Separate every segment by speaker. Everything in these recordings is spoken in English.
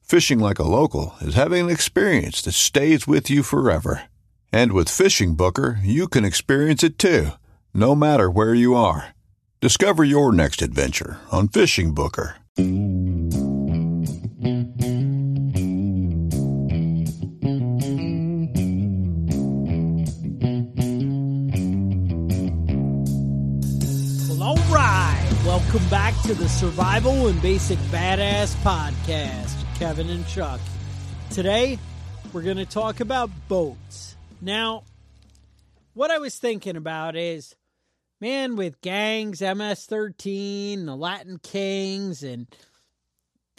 Speaker 1: Fishing like a local is having an experience that stays with you forever. And with Fishing Booker, you can experience it too, no matter where you are. Discover your next adventure on Fishing Booker.
Speaker 2: Well, all right. Welcome back to the Survival and Basic Badass Podcast, Kevin and Chuck. Today, we're going to talk about boats. Now, what I was thinking about is, man, with gangs, MS-13, the Latin Kings, and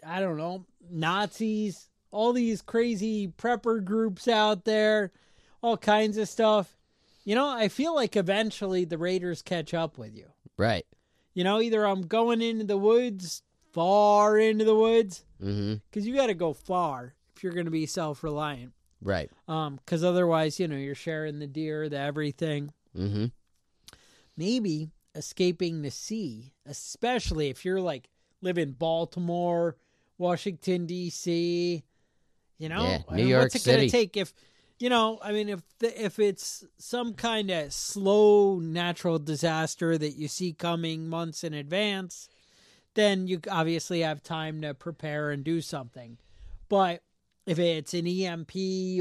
Speaker 2: I don't know, Nazis, all these crazy prepper groups out there, all kinds of stuff. You know, I feel like eventually the Raiders catch up with you.
Speaker 3: Right.
Speaker 2: You know, either I'm going into the woods, far into the woods,
Speaker 3: hmm
Speaker 2: because you got to go far if you're going to be self reliant.
Speaker 3: Right.
Speaker 2: Because otherwise, you know, you're sharing the deer, the everything.
Speaker 3: hmm
Speaker 2: Mm-hmm. Maybe escaping the sea, especially if you're like live in Baltimore, Washington D.C. You know,
Speaker 3: Yeah,
Speaker 2: I
Speaker 3: New
Speaker 2: mean,
Speaker 3: York
Speaker 2: what's it going
Speaker 3: City.
Speaker 2: to take if? You know, I mean, if the, if it's some kind of slow natural disaster that you see coming months in advance, then you obviously have time to prepare and do something. But if it's an EMP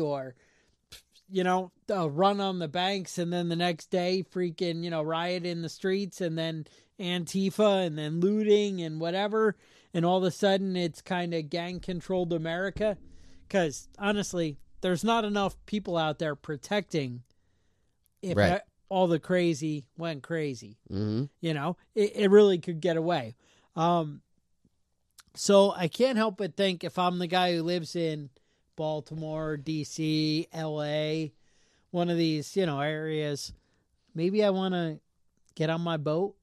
Speaker 2: or you know a run on the banks and then the next day freaking you know riot in the streets and then Antifa and then looting and whatever and all of a sudden it's kind of gang controlled America cuz honestly there's not enough people out there protecting if e-,
Speaker 3: Right.
Speaker 2: all the crazy went crazy
Speaker 3: hmm
Speaker 2: you know it, it really could get away um so i can't help but think if i'm the guy who lives in baltimore dc la one of these you know areas maybe i want to get on my boat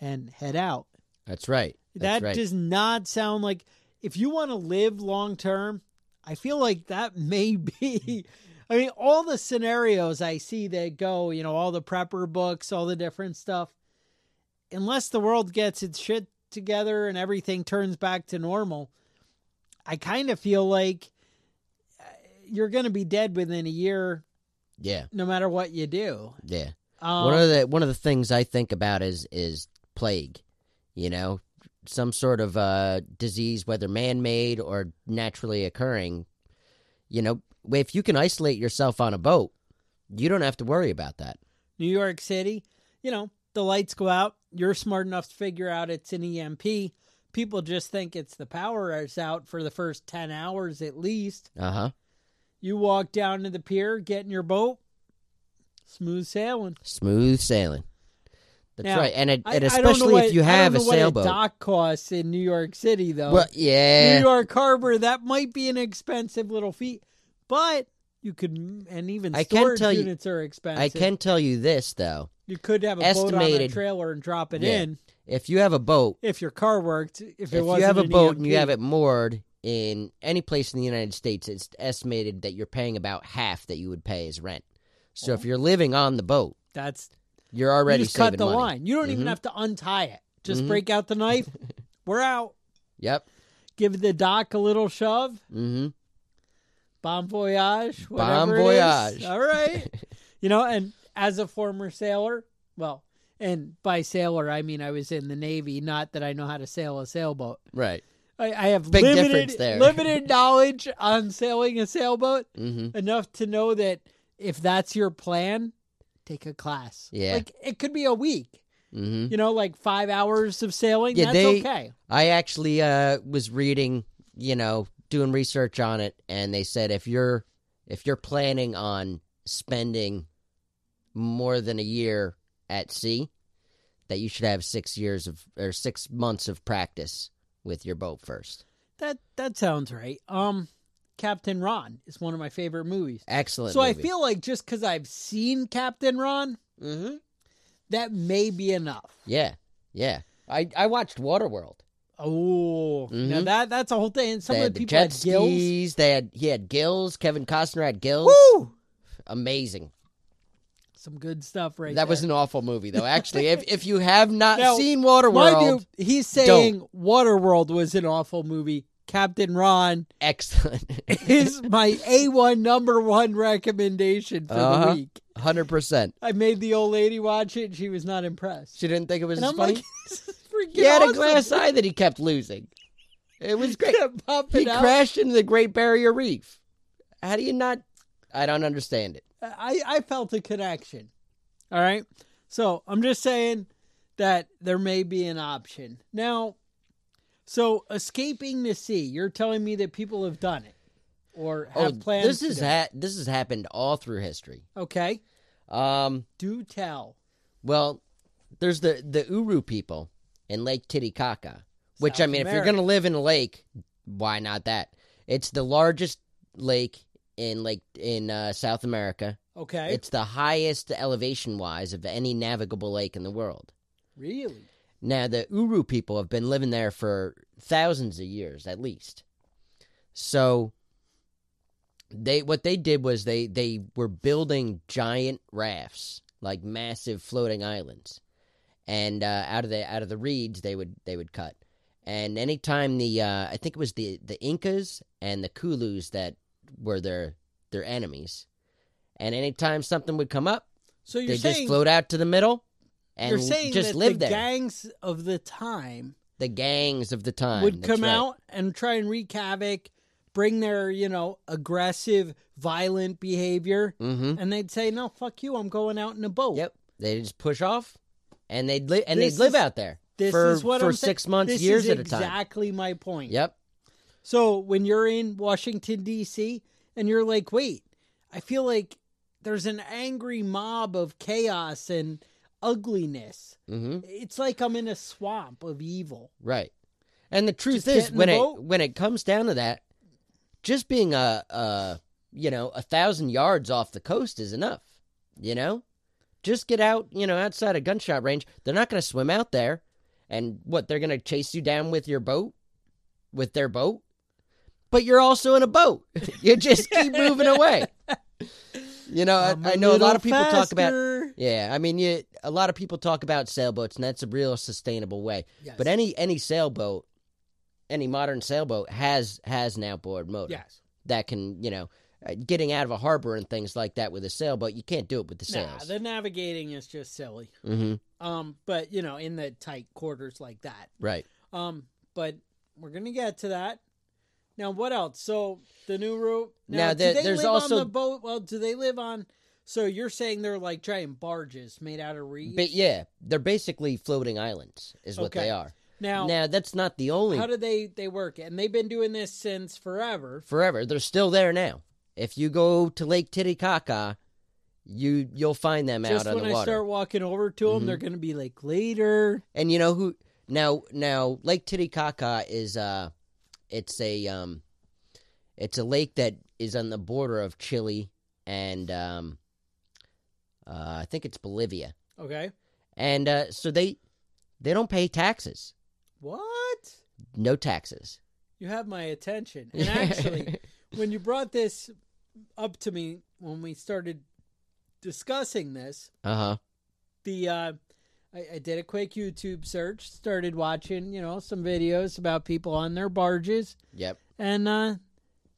Speaker 2: and head out
Speaker 3: That's right. That's
Speaker 2: that
Speaker 3: right.
Speaker 2: does not sound like if you want to live long term i feel like that may be i mean all the scenarios i see that go you know all the prepper books all the different stuff unless the world gets its shit together and everything turns back to normal i kind of feel like uh, you're going to be dead within a year
Speaker 3: yeah.
Speaker 2: no matter what you do
Speaker 3: Yeah.
Speaker 2: um,
Speaker 3: one of the one of the things I think about is is plague. You know, some sort of uh, disease, whether man made or naturally occurring. You know, if you can isolate yourself on a boat, you don't have to worry about that.
Speaker 2: New York City, you know, the lights go out. You're smart enough to figure out it's an EMP. People just think it's the power is out for the first 10 hours at least.
Speaker 3: Uh huh.
Speaker 2: You walk down to the pier, get in your boat, smooth sailing.
Speaker 3: Smooth sailing. That's
Speaker 2: Now,
Speaker 3: right, and it,
Speaker 2: I-
Speaker 3: and
Speaker 2: I don't know
Speaker 3: especially
Speaker 2: what-
Speaker 3: if you have
Speaker 2: I don't
Speaker 3: a
Speaker 2: know
Speaker 3: sailboat.
Speaker 2: What a dock costs in New York City, though.
Speaker 3: well, yeah,
Speaker 2: New York Harbor, that might be an expensive little feat, but you could, and even
Speaker 3: I can
Speaker 2: storage
Speaker 3: tell you-
Speaker 2: units are expensive.
Speaker 3: I can tell you this though:
Speaker 2: You could have a boat on a
Speaker 3: estimated-
Speaker 2: trailer and drop it
Speaker 3: Yeah.
Speaker 2: in.
Speaker 3: if you have a boat,
Speaker 2: if your car worked, if it
Speaker 3: if
Speaker 2: wasn't
Speaker 3: you have a
Speaker 2: an E
Speaker 3: boat and you
Speaker 2: EMP.
Speaker 3: have it moored in any place in the United States, it's estimated that you're paying about half that you would pay as rent. So if you're living on the boat,
Speaker 2: That's
Speaker 3: you're
Speaker 2: Oh.
Speaker 3: already
Speaker 2: you just
Speaker 3: saving
Speaker 2: cut the
Speaker 3: money.
Speaker 2: line. You don't even
Speaker 3: Mhm.
Speaker 2: have to untie it. Just
Speaker 3: Mhm.
Speaker 2: break out the knife. We're out.
Speaker 3: Yep.
Speaker 2: Give the dock a little shove.
Speaker 3: Mm-hmm.
Speaker 2: Bon voyage.
Speaker 3: Bon
Speaker 2: whatever it is.
Speaker 3: voyage.
Speaker 2: All right. you know, and as a former sailor, well, and by sailor I mean I was in the navy. Not that I know how to sail a sailboat.
Speaker 3: Right.
Speaker 2: I, I have
Speaker 3: Big difference
Speaker 2: limited
Speaker 3: there.
Speaker 2: limited knowledge on sailing a sailboat.
Speaker 3: Mm-hmm.
Speaker 2: enough to know that if that's your plan, take a class.
Speaker 3: Yeah.
Speaker 2: Like it could be a week.
Speaker 3: Mm-hmm.
Speaker 2: You know, like five hours of sailing.
Speaker 3: Yeah,
Speaker 2: that's
Speaker 3: they-
Speaker 2: okay.
Speaker 3: I actually uh, was reading, you know, doing research on it, and they said if you're if you're planning on spending more than a year at sea, that you should have six years of or six months of practice with your boat first.
Speaker 2: That that sounds right. Um Captain Ron is one of my favorite movies.
Speaker 3: Excellent.
Speaker 2: so I feel like just because I've seen Captain Ron,
Speaker 3: hmm
Speaker 2: that may be enough.
Speaker 3: Yeah, yeah. I I watched Waterworld.
Speaker 2: Oh, now
Speaker 3: Mhm.
Speaker 2: that that's a whole thing. And some
Speaker 3: they
Speaker 2: of
Speaker 3: had
Speaker 2: the
Speaker 3: the
Speaker 2: people
Speaker 3: jet
Speaker 2: had gills.
Speaker 3: skis. They had he had gills. Kevin Costner had gills.
Speaker 2: Woo!
Speaker 3: Amazing.
Speaker 2: Some good stuff right
Speaker 3: that was
Speaker 2: there.
Speaker 3: an awful movie though. Actually, if if you have not
Speaker 2: Now,
Speaker 3: seen
Speaker 2: Mind
Speaker 3: Waterworld,
Speaker 2: you, he's saying Waterworld was an awful movie. Captain Ron
Speaker 3: excellent.
Speaker 2: is my A1 number one recommendation for the
Speaker 3: Uh-huh.
Speaker 2: week.
Speaker 3: Hundred percent.
Speaker 2: I made the old lady watch it. She was not impressed.
Speaker 3: She didn't think it was
Speaker 2: and
Speaker 3: as
Speaker 2: I'm
Speaker 3: funny.
Speaker 2: like, this is freaking
Speaker 3: he had
Speaker 2: awesome.
Speaker 3: a glass eye that he kept losing. It was great.
Speaker 2: Kept popping
Speaker 3: he
Speaker 2: out.
Speaker 3: crashed into the Great Barrier Reef. How do you not? I don't understand it.
Speaker 2: I, I felt a connection. All right. So I'm just saying that there may be an option. Now, so escaping the sea, you're telling me that people have done it or have plans
Speaker 3: Oh, this
Speaker 2: to
Speaker 3: is
Speaker 2: do it.
Speaker 3: ha- this has happened all through history.
Speaker 2: Okay.
Speaker 3: Um,
Speaker 2: Do tell.
Speaker 3: well, there's the the Uru people in Lake Titicaca, which I
Speaker 2: South
Speaker 3: mean, if you're
Speaker 2: America.
Speaker 3: going to live in a lake, why not that? It's the largest lake in Lake in uh, South America.
Speaker 2: Okay.
Speaker 3: It's the highest elevation wise of any navigable lake in the world.
Speaker 2: really?
Speaker 3: Now, the Uru people have been living there for thousands of years at least. So they what they did was they they were building giant rafts, like massive floating islands. And uh, out of the out of the reeds they would they would cut. And anytime the uh, I think it was the the Incas and the Kulus that were their their enemies. And anytime something would come up,
Speaker 2: So you're
Speaker 3: they
Speaker 2: saying
Speaker 3: just float out to the middle and
Speaker 2: you're saying
Speaker 3: just
Speaker 2: that
Speaker 3: live
Speaker 2: the
Speaker 3: there
Speaker 2: gangs of the time
Speaker 3: the gangs of the time
Speaker 2: would
Speaker 3: That's
Speaker 2: come
Speaker 3: right.
Speaker 2: out and try and wreak havoc, bring their you know aggressive, violent behavior,
Speaker 3: Mhm.
Speaker 2: and they'd say, "No, fuck you, I'm going out in a boat."
Speaker 3: Yep, they just push off, and they'd li- and
Speaker 2: Oh. This
Speaker 3: they'd live
Speaker 2: is-
Speaker 3: out there
Speaker 2: This
Speaker 3: for
Speaker 2: is what
Speaker 3: for
Speaker 2: I'm saying.
Speaker 3: six months,
Speaker 2: This
Speaker 3: years
Speaker 2: is
Speaker 3: at a time.
Speaker 2: Exactly my point.
Speaker 3: Yep,
Speaker 2: So when you're in Washington D.C. and you're like, "Wait, I feel like there's an angry mob of chaos and ugliness."
Speaker 3: hmm
Speaker 2: It's like I'm in a swamp of evil.
Speaker 3: right. And the
Speaker 2: Just
Speaker 3: truth
Speaker 2: get
Speaker 3: is,
Speaker 2: in the
Speaker 3: when it
Speaker 2: boat.
Speaker 3: when it comes down to that, just being a, a you know a thousand yards off the coast is enough. You know, just get out. You know, outside of gunshot range, they're not going to swim out there, and what they're going to chase you down with your boat, with their boat. But you're also in a boat. You just keep moving away. You know, I, I know a lot of people talk about Yeah, I mean, you, a lot of people talk about sailboats, and that's a real sustainable way. But any any sailboat, any modern sailboat has has an outboard motor
Speaker 2: yes,
Speaker 3: that can, you know, uh, getting out of a harbor and things like that with a sailboat, you can't do it with the
Speaker 2: nah,
Speaker 3: sails.
Speaker 2: the navigating is just silly.
Speaker 3: hmm
Speaker 2: Um, but you know, in the tight quarters like that.
Speaker 3: Right.
Speaker 2: Um, but we're gonna get to that. Now, what else? So the new route.
Speaker 3: Now,
Speaker 2: do
Speaker 3: there-
Speaker 2: they
Speaker 3: there's
Speaker 2: live
Speaker 3: also-
Speaker 2: on the boat. Well, do they live on? So you're saying they're like giant barges made out of reeds.
Speaker 3: But yeah, they're basically floating islands, is what
Speaker 2: Okay.
Speaker 3: they are.
Speaker 2: now,
Speaker 3: now that's not the only
Speaker 2: how do they they work? And they've been doing this since forever.
Speaker 3: forever. They're still there now. If you go to Lake Titicaca, you you'll find them
Speaker 2: Just
Speaker 3: out on
Speaker 2: when
Speaker 3: the
Speaker 2: I
Speaker 3: water.
Speaker 2: start walking over to them,
Speaker 3: Mhm.
Speaker 2: they're gonna be like later.
Speaker 3: And you know who now now Lake Titicaca is uh it's a um it's a lake that is on the border of Chile and um uh I think it's Bolivia.
Speaker 2: Okay,
Speaker 3: And uh so they they don't pay taxes.
Speaker 2: what?
Speaker 3: No taxes.
Speaker 2: You have my attention. And actually, when you brought this up to me when we started discussing this,
Speaker 3: Uh huh.
Speaker 2: the uh, I, I did a quick YouTube search, started watching, you know, some videos about people on their barges,
Speaker 3: Yep.
Speaker 2: and uh,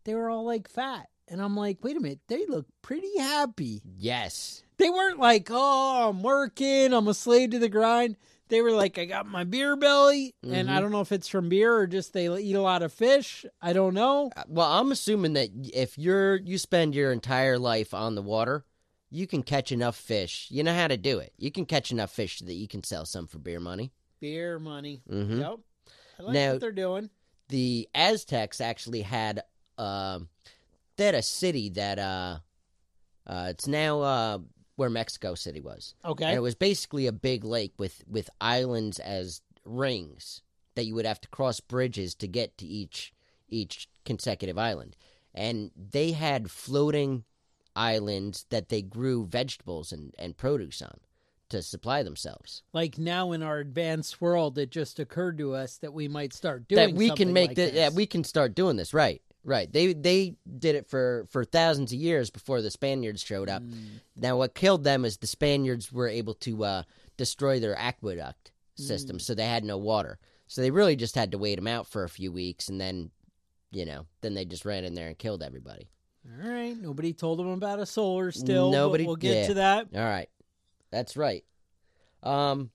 Speaker 2: they were all like fat. And I'm like, wait a minute, they look pretty happy.
Speaker 3: Yes.
Speaker 2: They weren't like, oh, I'm working, I'm a slave to the grind. They were like, I got my beer belly, and I
Speaker 3: Mhm.
Speaker 2: don't know if it's from beer or just they eat a lot of fish. I don't know.
Speaker 3: Uh, Well, I'm assuming that y- if you're you spend your entire life on the water, you can catch enough fish. You know how to do it. You can catch enough fish that you can sell some for beer money.
Speaker 2: Beer money.
Speaker 3: Mhm.
Speaker 2: Yep. I like
Speaker 3: Now-
Speaker 2: what they're doing.
Speaker 3: the Aztecs actually had um they had a city that uh uh it's now uh where Mexico City was.
Speaker 2: Okay.
Speaker 3: And it was basically a big lake with with islands as rings that you would have to cross bridges to get to each each consecutive island. And they had floating islands that they grew vegetables and, and produce on to supply themselves.
Speaker 2: like now in our advanced world, it just occurred to us that we might start doing
Speaker 3: that we can
Speaker 2: something
Speaker 3: make
Speaker 2: like
Speaker 3: the,
Speaker 2: this.
Speaker 3: yeah we can start doing this right right they they did it for for thousands of years before the spaniards showed up
Speaker 2: Mm.
Speaker 3: now what killed them is the spaniards were able to uh destroy their aqueduct
Speaker 2: Mm.
Speaker 3: system so they had no water so they really just had to wait them out for a few weeks and then you know then they just ran in there and killed everybody
Speaker 2: All right. Nobody told them about a solar still. but
Speaker 3: Nobody-
Speaker 2: We'll get
Speaker 3: yeah.
Speaker 2: to that.
Speaker 3: all right that's right um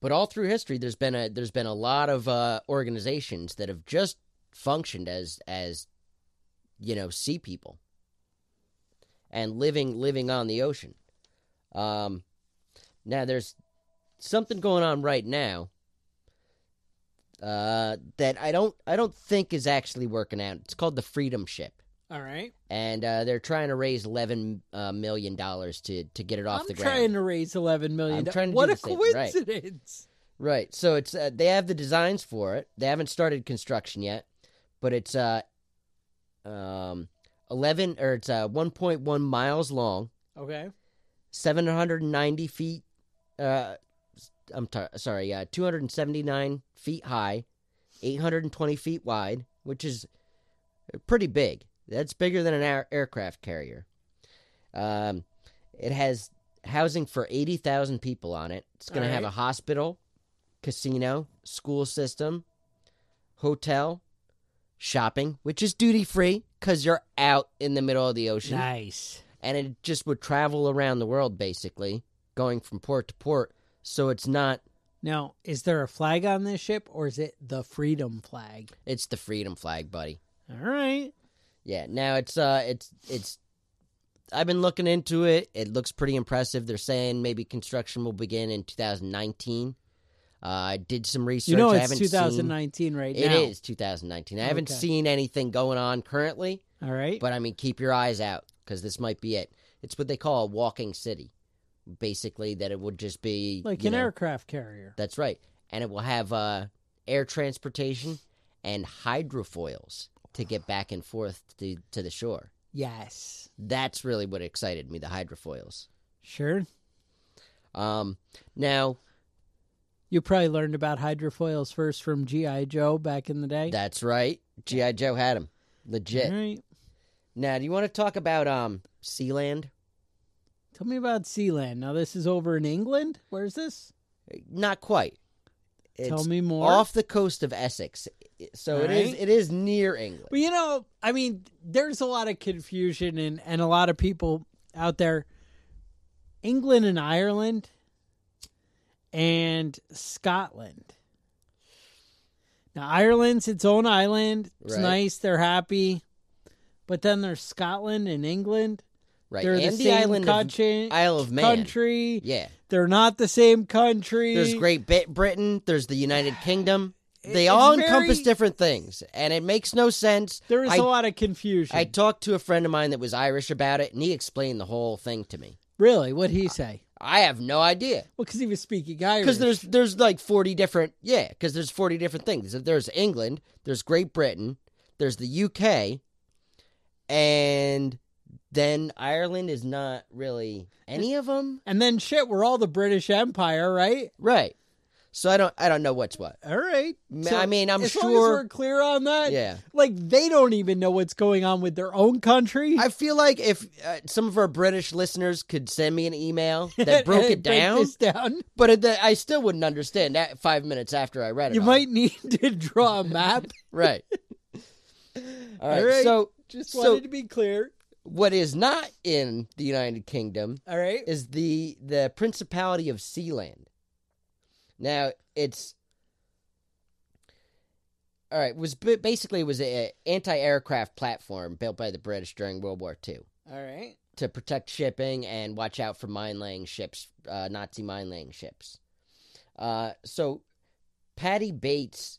Speaker 3: but all through history there's been a there's been a lot of uh organizations that have just functioned as as you know sea people and living living on the ocean um now there's something going on right now uh that I don't I don't think is actually working out it's called the freedom ship
Speaker 2: All right.
Speaker 3: and uh, they're trying to raise eleven uh, million dollars to to get it off
Speaker 2: I'm
Speaker 3: the ground.
Speaker 2: trying to raise eleven million.
Speaker 3: I'm trying to do
Speaker 2: what
Speaker 3: the
Speaker 2: a
Speaker 3: same thing, right.
Speaker 2: coincidence!
Speaker 3: Right. So it's uh, they have the designs for it. They haven't started construction yet, but it's uh um eleven or it's uh one point one miles long,
Speaker 2: Okay.
Speaker 3: seven hundred and ninety feet. Uh, I'm tar- sorry, uh, two hundred and seventy nine feet high, eight hundred and twenty feet wide, which is pretty big. That's bigger than an air- aircraft carrier. Um, it has housing for 80,000 people on it. It's going to have
Speaker 2: Alright.
Speaker 3: a hospital, casino, school system, hotel, shopping, which is duty free because you're out in the middle of the ocean.
Speaker 2: Nice.
Speaker 3: And it just would travel around the world, basically, going from port to port. So it's not,
Speaker 2: Now, is there a flag on this ship, or is it the freedom flag?
Speaker 3: it's the freedom flag, buddy.
Speaker 2: All right.
Speaker 3: Yeah, now it's uh it's it's I've been looking into it. It looks pretty impressive. They're saying maybe construction will begin in 2019. Uh, I did some research.
Speaker 2: you know
Speaker 3: I
Speaker 2: it's
Speaker 3: haven't
Speaker 2: 2019 right
Speaker 3: Seen, it
Speaker 2: now.
Speaker 3: is 2019. I haven't
Speaker 2: Okay.
Speaker 3: seen anything going on currently,
Speaker 2: All right.
Speaker 3: but I mean, keep your eyes out because this might be it. It's what they call a walking city, basically. That it would just be
Speaker 2: like
Speaker 3: you
Speaker 2: an
Speaker 3: know,
Speaker 2: aircraft carrier.
Speaker 3: That's right, and it will have uh, air transportation and hydrofoils to get back and forth to, to the shore.
Speaker 2: Yes.
Speaker 3: That's really what excited me, the hydrofoils.
Speaker 2: Sure.
Speaker 3: Um, now,
Speaker 2: You probably learned about hydrofoils first from GI Joe back in the day.
Speaker 3: that's right. G.I. Joe had him. Legit.
Speaker 2: All right.
Speaker 3: Now, do you want to talk about um Sealand?
Speaker 2: Tell me about Sealand. Now, this is over in England. Where's this?
Speaker 3: Not quite. It's
Speaker 2: Tell me more.
Speaker 3: off the coast of Essex. So it is
Speaker 2: Alright.
Speaker 3: it is near England.
Speaker 2: Well, you know, I mean, there's a lot of confusion and, and a lot of people out there. England and Ireland and Scotland. Now, Ireland's its own island. It's
Speaker 3: Right.
Speaker 2: nice. They're happy. But then there's Scotland and England.
Speaker 3: right.
Speaker 2: They're
Speaker 3: and
Speaker 2: the
Speaker 3: the,
Speaker 2: same
Speaker 3: island
Speaker 2: country,
Speaker 3: of Isle of Man.
Speaker 2: country.
Speaker 3: Yeah.
Speaker 2: They're not the same country.
Speaker 3: There's Great Bit Britain, there's the United Kingdom. They
Speaker 2: it's
Speaker 3: all
Speaker 2: very-
Speaker 3: encompass different things, and it makes no sense.
Speaker 2: There is
Speaker 3: I-
Speaker 2: a lot of confusion.
Speaker 3: I talked to a friend of mine that was Irish about it, and he explained the whole thing to me.
Speaker 2: really? What'd he say?
Speaker 3: I have no idea
Speaker 2: Well, because he was speaking Irish.
Speaker 3: because there's there's like forty different yeah because there's forty different things. There's England, there's Great Britain, there's the UK, and then Ireland is not really any of them,
Speaker 2: and then shit, we're all the British Empire, right?
Speaker 3: right? So I don't I don't know what's what.
Speaker 2: All right.
Speaker 3: Ma- I mean, I'm
Speaker 2: as long as
Speaker 3: sure-
Speaker 2: we're clear on that.
Speaker 3: Yeah.
Speaker 2: Like they don't even know what's going on with their own country.
Speaker 3: I feel like if uh, some of our British listeners could send me an email that broke
Speaker 2: And
Speaker 3: it
Speaker 2: break
Speaker 3: down,
Speaker 2: this down.
Speaker 3: but it, I still wouldn't understand that five minutes after I read it.
Speaker 2: You
Speaker 3: all.
Speaker 2: might need to draw a map.
Speaker 3: right. all right.
Speaker 2: All right.
Speaker 3: So
Speaker 2: Just
Speaker 3: so-
Speaker 2: wanted to be clear.
Speaker 3: what is not in the United Kingdom
Speaker 2: All right.
Speaker 3: is the the Principality of Sealand. Now it's all right. Was ba- basically it was a anti aircraft platform built by the British during World War II
Speaker 2: All right.
Speaker 3: to protect shipping and watch out for mine laying ships, uh, Nazi mine laying ships. Uh, so, Patty Bates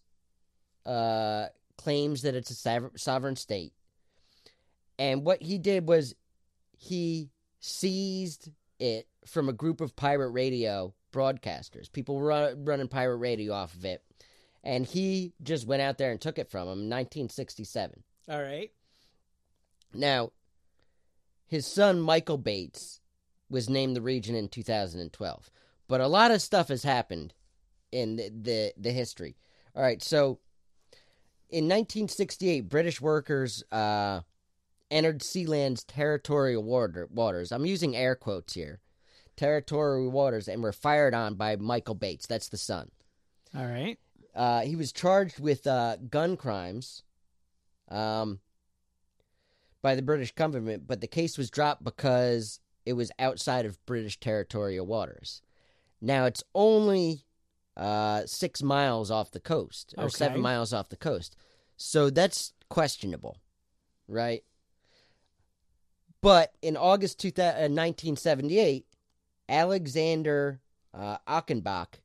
Speaker 3: uh, claims that it's a sov- sovereign state. And what he did was he seized it from a group of pirate radio broadcasters. People were run- running pirate radio off of it. And he just went out there and took it from them in 1967.
Speaker 2: All right.
Speaker 3: Now, his son Michael Bates was named the region in 2012, but a lot of stuff has happened in the the, the history. All right, so in 1968, British workers uh, entered Sealand's territorial water, waters. I'm using air quotes here, territorial waters, and were fired on by Michael Bates. That's the son.
Speaker 2: All right.
Speaker 3: Uh, he was charged with uh, gun crimes um, by the British government, but the case was dropped because it was outside of British territorial waters. Now it's only uh, six miles off the coast, or seven
Speaker 2: Okay.
Speaker 3: miles off the coast. So that's questionable, right? But in August 2000, uh, 1978, Alexander uh, Achenbach,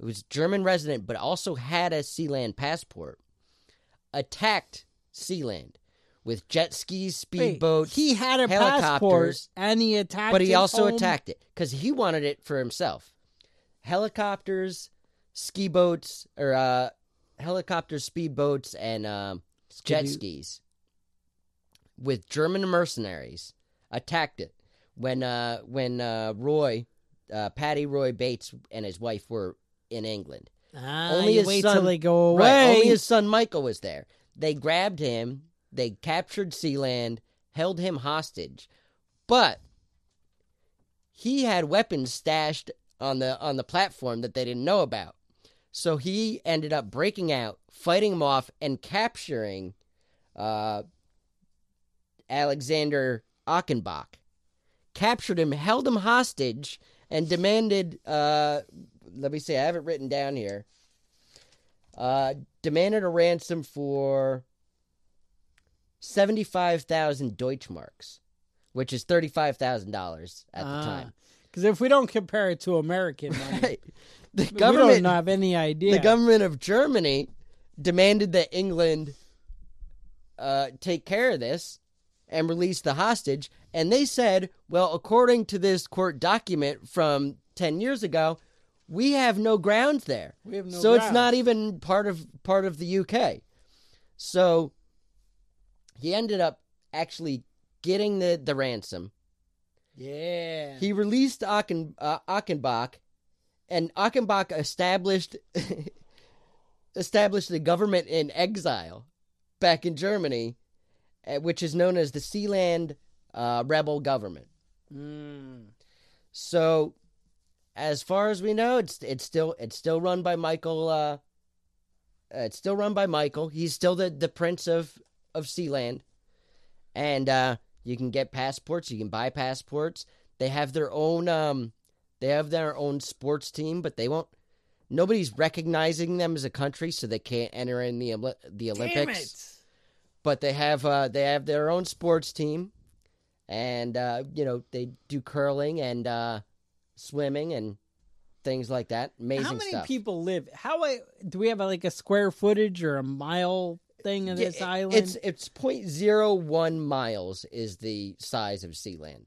Speaker 3: who was German resident but also had a Sealand passport, attacked Sealand with jet skis,
Speaker 2: Wait,
Speaker 3: speedboats.
Speaker 2: He had a passport
Speaker 3: helicopters,
Speaker 2: and he attacked.
Speaker 3: but he
Speaker 2: his
Speaker 3: also
Speaker 2: own-
Speaker 3: attacked it because he wanted it for himself. Helicopters, ski boats, or uh, helicopters, speedboats, and um jet
Speaker 2: Skidoo.
Speaker 3: skis with German mercenaries attacked it when uh, when uh, Roy, uh, Patty Roy Bates and his wife were in England.
Speaker 2: Ah,
Speaker 3: Only
Speaker 2: you
Speaker 3: his
Speaker 2: wait
Speaker 3: son-
Speaker 2: till they go away.
Speaker 3: Right, only his son Michael was there. They grabbed him, they captured Sealand, held him hostage, but he had weapons stashed on the on the platform that they didn't know about. So he ended up breaking out, fighting him off, and capturing uh, Alexander Achenbach. Captured him, held him hostage, and demanded. Uh, let me see. I have it written down here uh, demanded a ransom for 75,000 Deutschmarks, which is $35,000 at the time.
Speaker 2: Because Ah, if we don't compare it to American money,
Speaker 3: Ah. The
Speaker 2: we
Speaker 3: government,
Speaker 2: don't have any idea.
Speaker 3: the government of Germany demanded that England uh, take care of this and release the hostage. And they said, well, according to this court document from 10 years ago, we have no grounds there.
Speaker 2: We have no
Speaker 3: so it's
Speaker 2: grounds.
Speaker 3: not even part of part of the UK. So he ended up actually getting the, the ransom.
Speaker 2: yeah.
Speaker 3: He released Achen, uh, Achenbach, and Achenbach established established the government in exile back in Germany, uh, which is known as the Sealand uh, Rebel Government.
Speaker 2: Mm.
Speaker 3: So, as far as we know, it's it's still it's still run by Michael. Uh, uh, it's still run by Michael. He's still the the prince of of Sealand, and uh, you can get passports. You can buy passports. They have their own um, they have their own sports team, but they won't. Nobody's recognizing them as a country, so they can't enter in the Oli- the Olympics
Speaker 2: Damn it.
Speaker 3: but they have uh, they have their own sports team, and uh, you know they do curling and uh, swimming and things like that. Amazing
Speaker 2: How many
Speaker 3: stuff.
Speaker 2: people live? How I, do we have like a square footage or a mile thing in
Speaker 3: Yeah,
Speaker 2: this
Speaker 3: it-
Speaker 2: island?
Speaker 3: It's it's point zero one miles is the size of Sealand.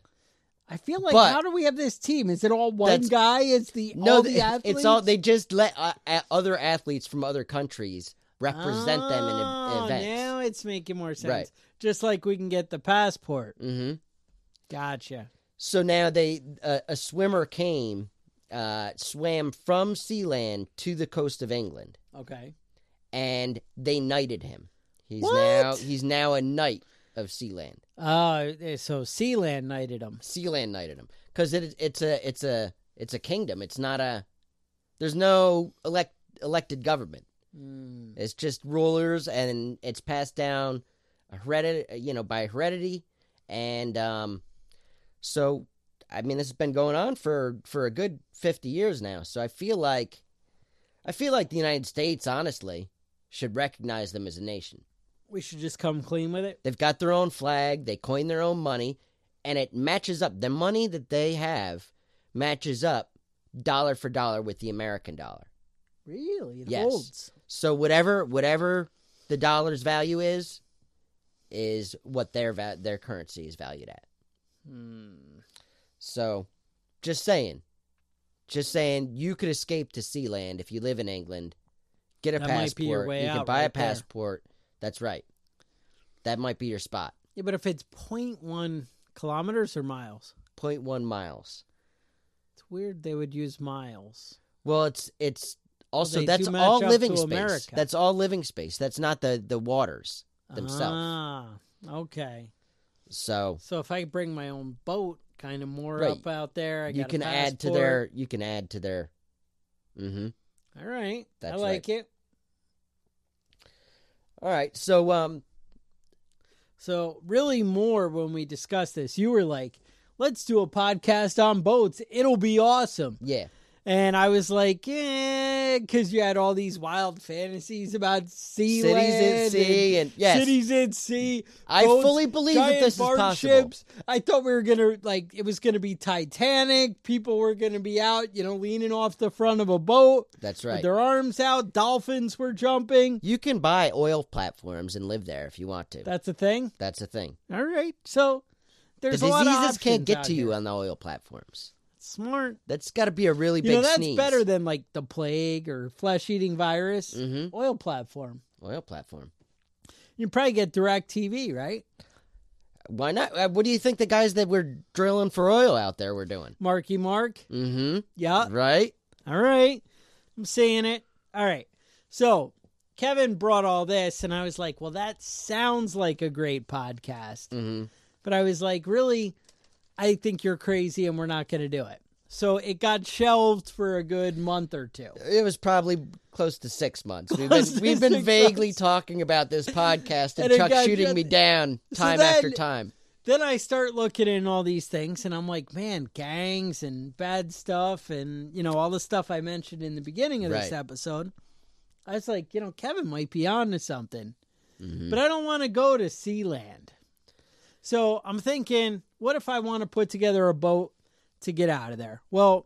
Speaker 2: I feel like
Speaker 3: but-
Speaker 2: how do we have this team? Is it all one
Speaker 3: That's-
Speaker 2: guy? Is the
Speaker 3: No,
Speaker 2: all
Speaker 3: th-
Speaker 2: the athletes?
Speaker 3: it's all they just let uh, a- other athletes from other countries represent them in
Speaker 2: Oh,
Speaker 3: ev- events.
Speaker 2: Now it's making more sense.
Speaker 3: Right.
Speaker 2: Just like we can get the passport.
Speaker 3: hmm
Speaker 2: Gotcha.
Speaker 3: So now they uh, a swimmer came uh, swam from Sealand to the coast of England,
Speaker 2: Okay.
Speaker 3: and they knighted him. He's
Speaker 2: What?
Speaker 3: now he's now a knight of Sealand.
Speaker 2: Uh, so Sealand knighted him.
Speaker 3: Sealand knighted him because it, it's a it's a it's a kingdom. It's not a there's no elect elected government.
Speaker 2: Mm.
Speaker 3: It's just rulers, and it's passed down heredity, you know, by heredity, and um, so I mean, this has been going on for for a good fifty years now. So I feel like, I feel like the United States, honestly, should recognize them as a nation.
Speaker 2: We should just come clean with it.
Speaker 3: They've got their own flag, they coin their own money, and it matches up. The money that they have matches up dollar for dollar with the American dollar.
Speaker 2: Really? It
Speaker 3: Yes.
Speaker 2: holds.
Speaker 3: So whatever whatever the dollar's value is, is what their va- their currency is valued at.
Speaker 2: Hmm.
Speaker 3: So, just saying, just saying, you could escape to Sealand if you live in England. Get a
Speaker 2: That might
Speaker 3: passport.
Speaker 2: be your way
Speaker 3: you can
Speaker 2: out
Speaker 3: buy a
Speaker 2: right there.
Speaker 3: passport. That's right. That might be your spot.
Speaker 2: Yeah, but if it's 0.1 kilometers or miles,
Speaker 3: 0.1 miles.
Speaker 2: it's weird they would use miles.
Speaker 3: Well, it's it's also
Speaker 2: they
Speaker 3: that's
Speaker 2: do match
Speaker 3: all
Speaker 2: up
Speaker 3: living
Speaker 2: to
Speaker 3: space.
Speaker 2: America.
Speaker 3: That's all living space. That's not the the waters themselves.
Speaker 2: Ah, okay.
Speaker 3: So
Speaker 2: So if I bring my own boat, kind of more
Speaker 3: Right.
Speaker 2: up out there, I
Speaker 3: you
Speaker 2: got a
Speaker 3: can add to
Speaker 2: passport.
Speaker 3: their you can add to their. Mm-hmm.
Speaker 2: All right, I
Speaker 3: That's
Speaker 2: like it.
Speaker 3: All right. So um
Speaker 2: So really, more when we discussed this, you were like, "Let's do a podcast on boats. It'll be awesome."
Speaker 3: yeah
Speaker 2: And I was like, "Yeah," because you had all these wild fantasies about sea
Speaker 3: cities at
Speaker 2: land and
Speaker 3: sea and yes
Speaker 2: cities at sea.
Speaker 3: I
Speaker 2: boats,
Speaker 3: fully believe that
Speaker 2: giant
Speaker 3: this is
Speaker 2: barge
Speaker 3: possible.
Speaker 2: ships. I thought we were gonna like it was gonna be Titanic. People were gonna be out, you know, leaning off the front of a boat
Speaker 3: That's
Speaker 2: with
Speaker 3: right.
Speaker 2: their arms out. Dolphins were jumping.
Speaker 3: You can buy oil platforms and live there if you want to.
Speaker 2: That's a thing.
Speaker 3: That's a thing.
Speaker 2: All right, so
Speaker 3: The
Speaker 2: there's a lot of
Speaker 3: diseases can't
Speaker 2: options
Speaker 3: get
Speaker 2: out
Speaker 3: to you
Speaker 2: here.
Speaker 3: on the oil platforms.
Speaker 2: Smart.
Speaker 3: That's got to be a really
Speaker 2: You
Speaker 3: big
Speaker 2: know that's
Speaker 3: sneeze.
Speaker 2: better than like the plague or flesh-eating virus.
Speaker 3: Mhm.
Speaker 2: Oil platform.
Speaker 3: oil platform.
Speaker 2: You probably get direct TV, right?
Speaker 3: Why not? Uh, What do you think the guys that were drilling for oil out there were doing?
Speaker 2: Marky Mark.
Speaker 3: Mm-hmm.
Speaker 2: Yeah.
Speaker 3: Right?
Speaker 2: All right. I'm seeing it. All right. So Kevin brought all this, and I was like, well, that sounds like a great podcast.
Speaker 3: Mm-hmm.
Speaker 2: But I was like, really, I think you're crazy, and we're not going to do it. So it got shelved for a good month or two.
Speaker 3: It was probably close to six months. We've
Speaker 2: Close
Speaker 3: been,
Speaker 2: to
Speaker 3: we've been
Speaker 2: six
Speaker 3: vaguely
Speaker 2: months.
Speaker 3: talking about this podcast and,
Speaker 2: And it
Speaker 3: Chuck
Speaker 2: got
Speaker 3: shooting
Speaker 2: just-
Speaker 3: me down
Speaker 2: So
Speaker 3: time after
Speaker 2: then-
Speaker 3: time.
Speaker 2: Then I start looking in all these things, and I'm like, man, gangs and bad stuff, and, you know, all the stuff I mentioned in the beginning of this
Speaker 3: Right.
Speaker 2: episode. I was like, you know, Kevin might be on to something.
Speaker 3: Mhm.
Speaker 2: but I don't want to go to Sealand. So I'm thinking, what if I want to put together a boat to get out of there? Well,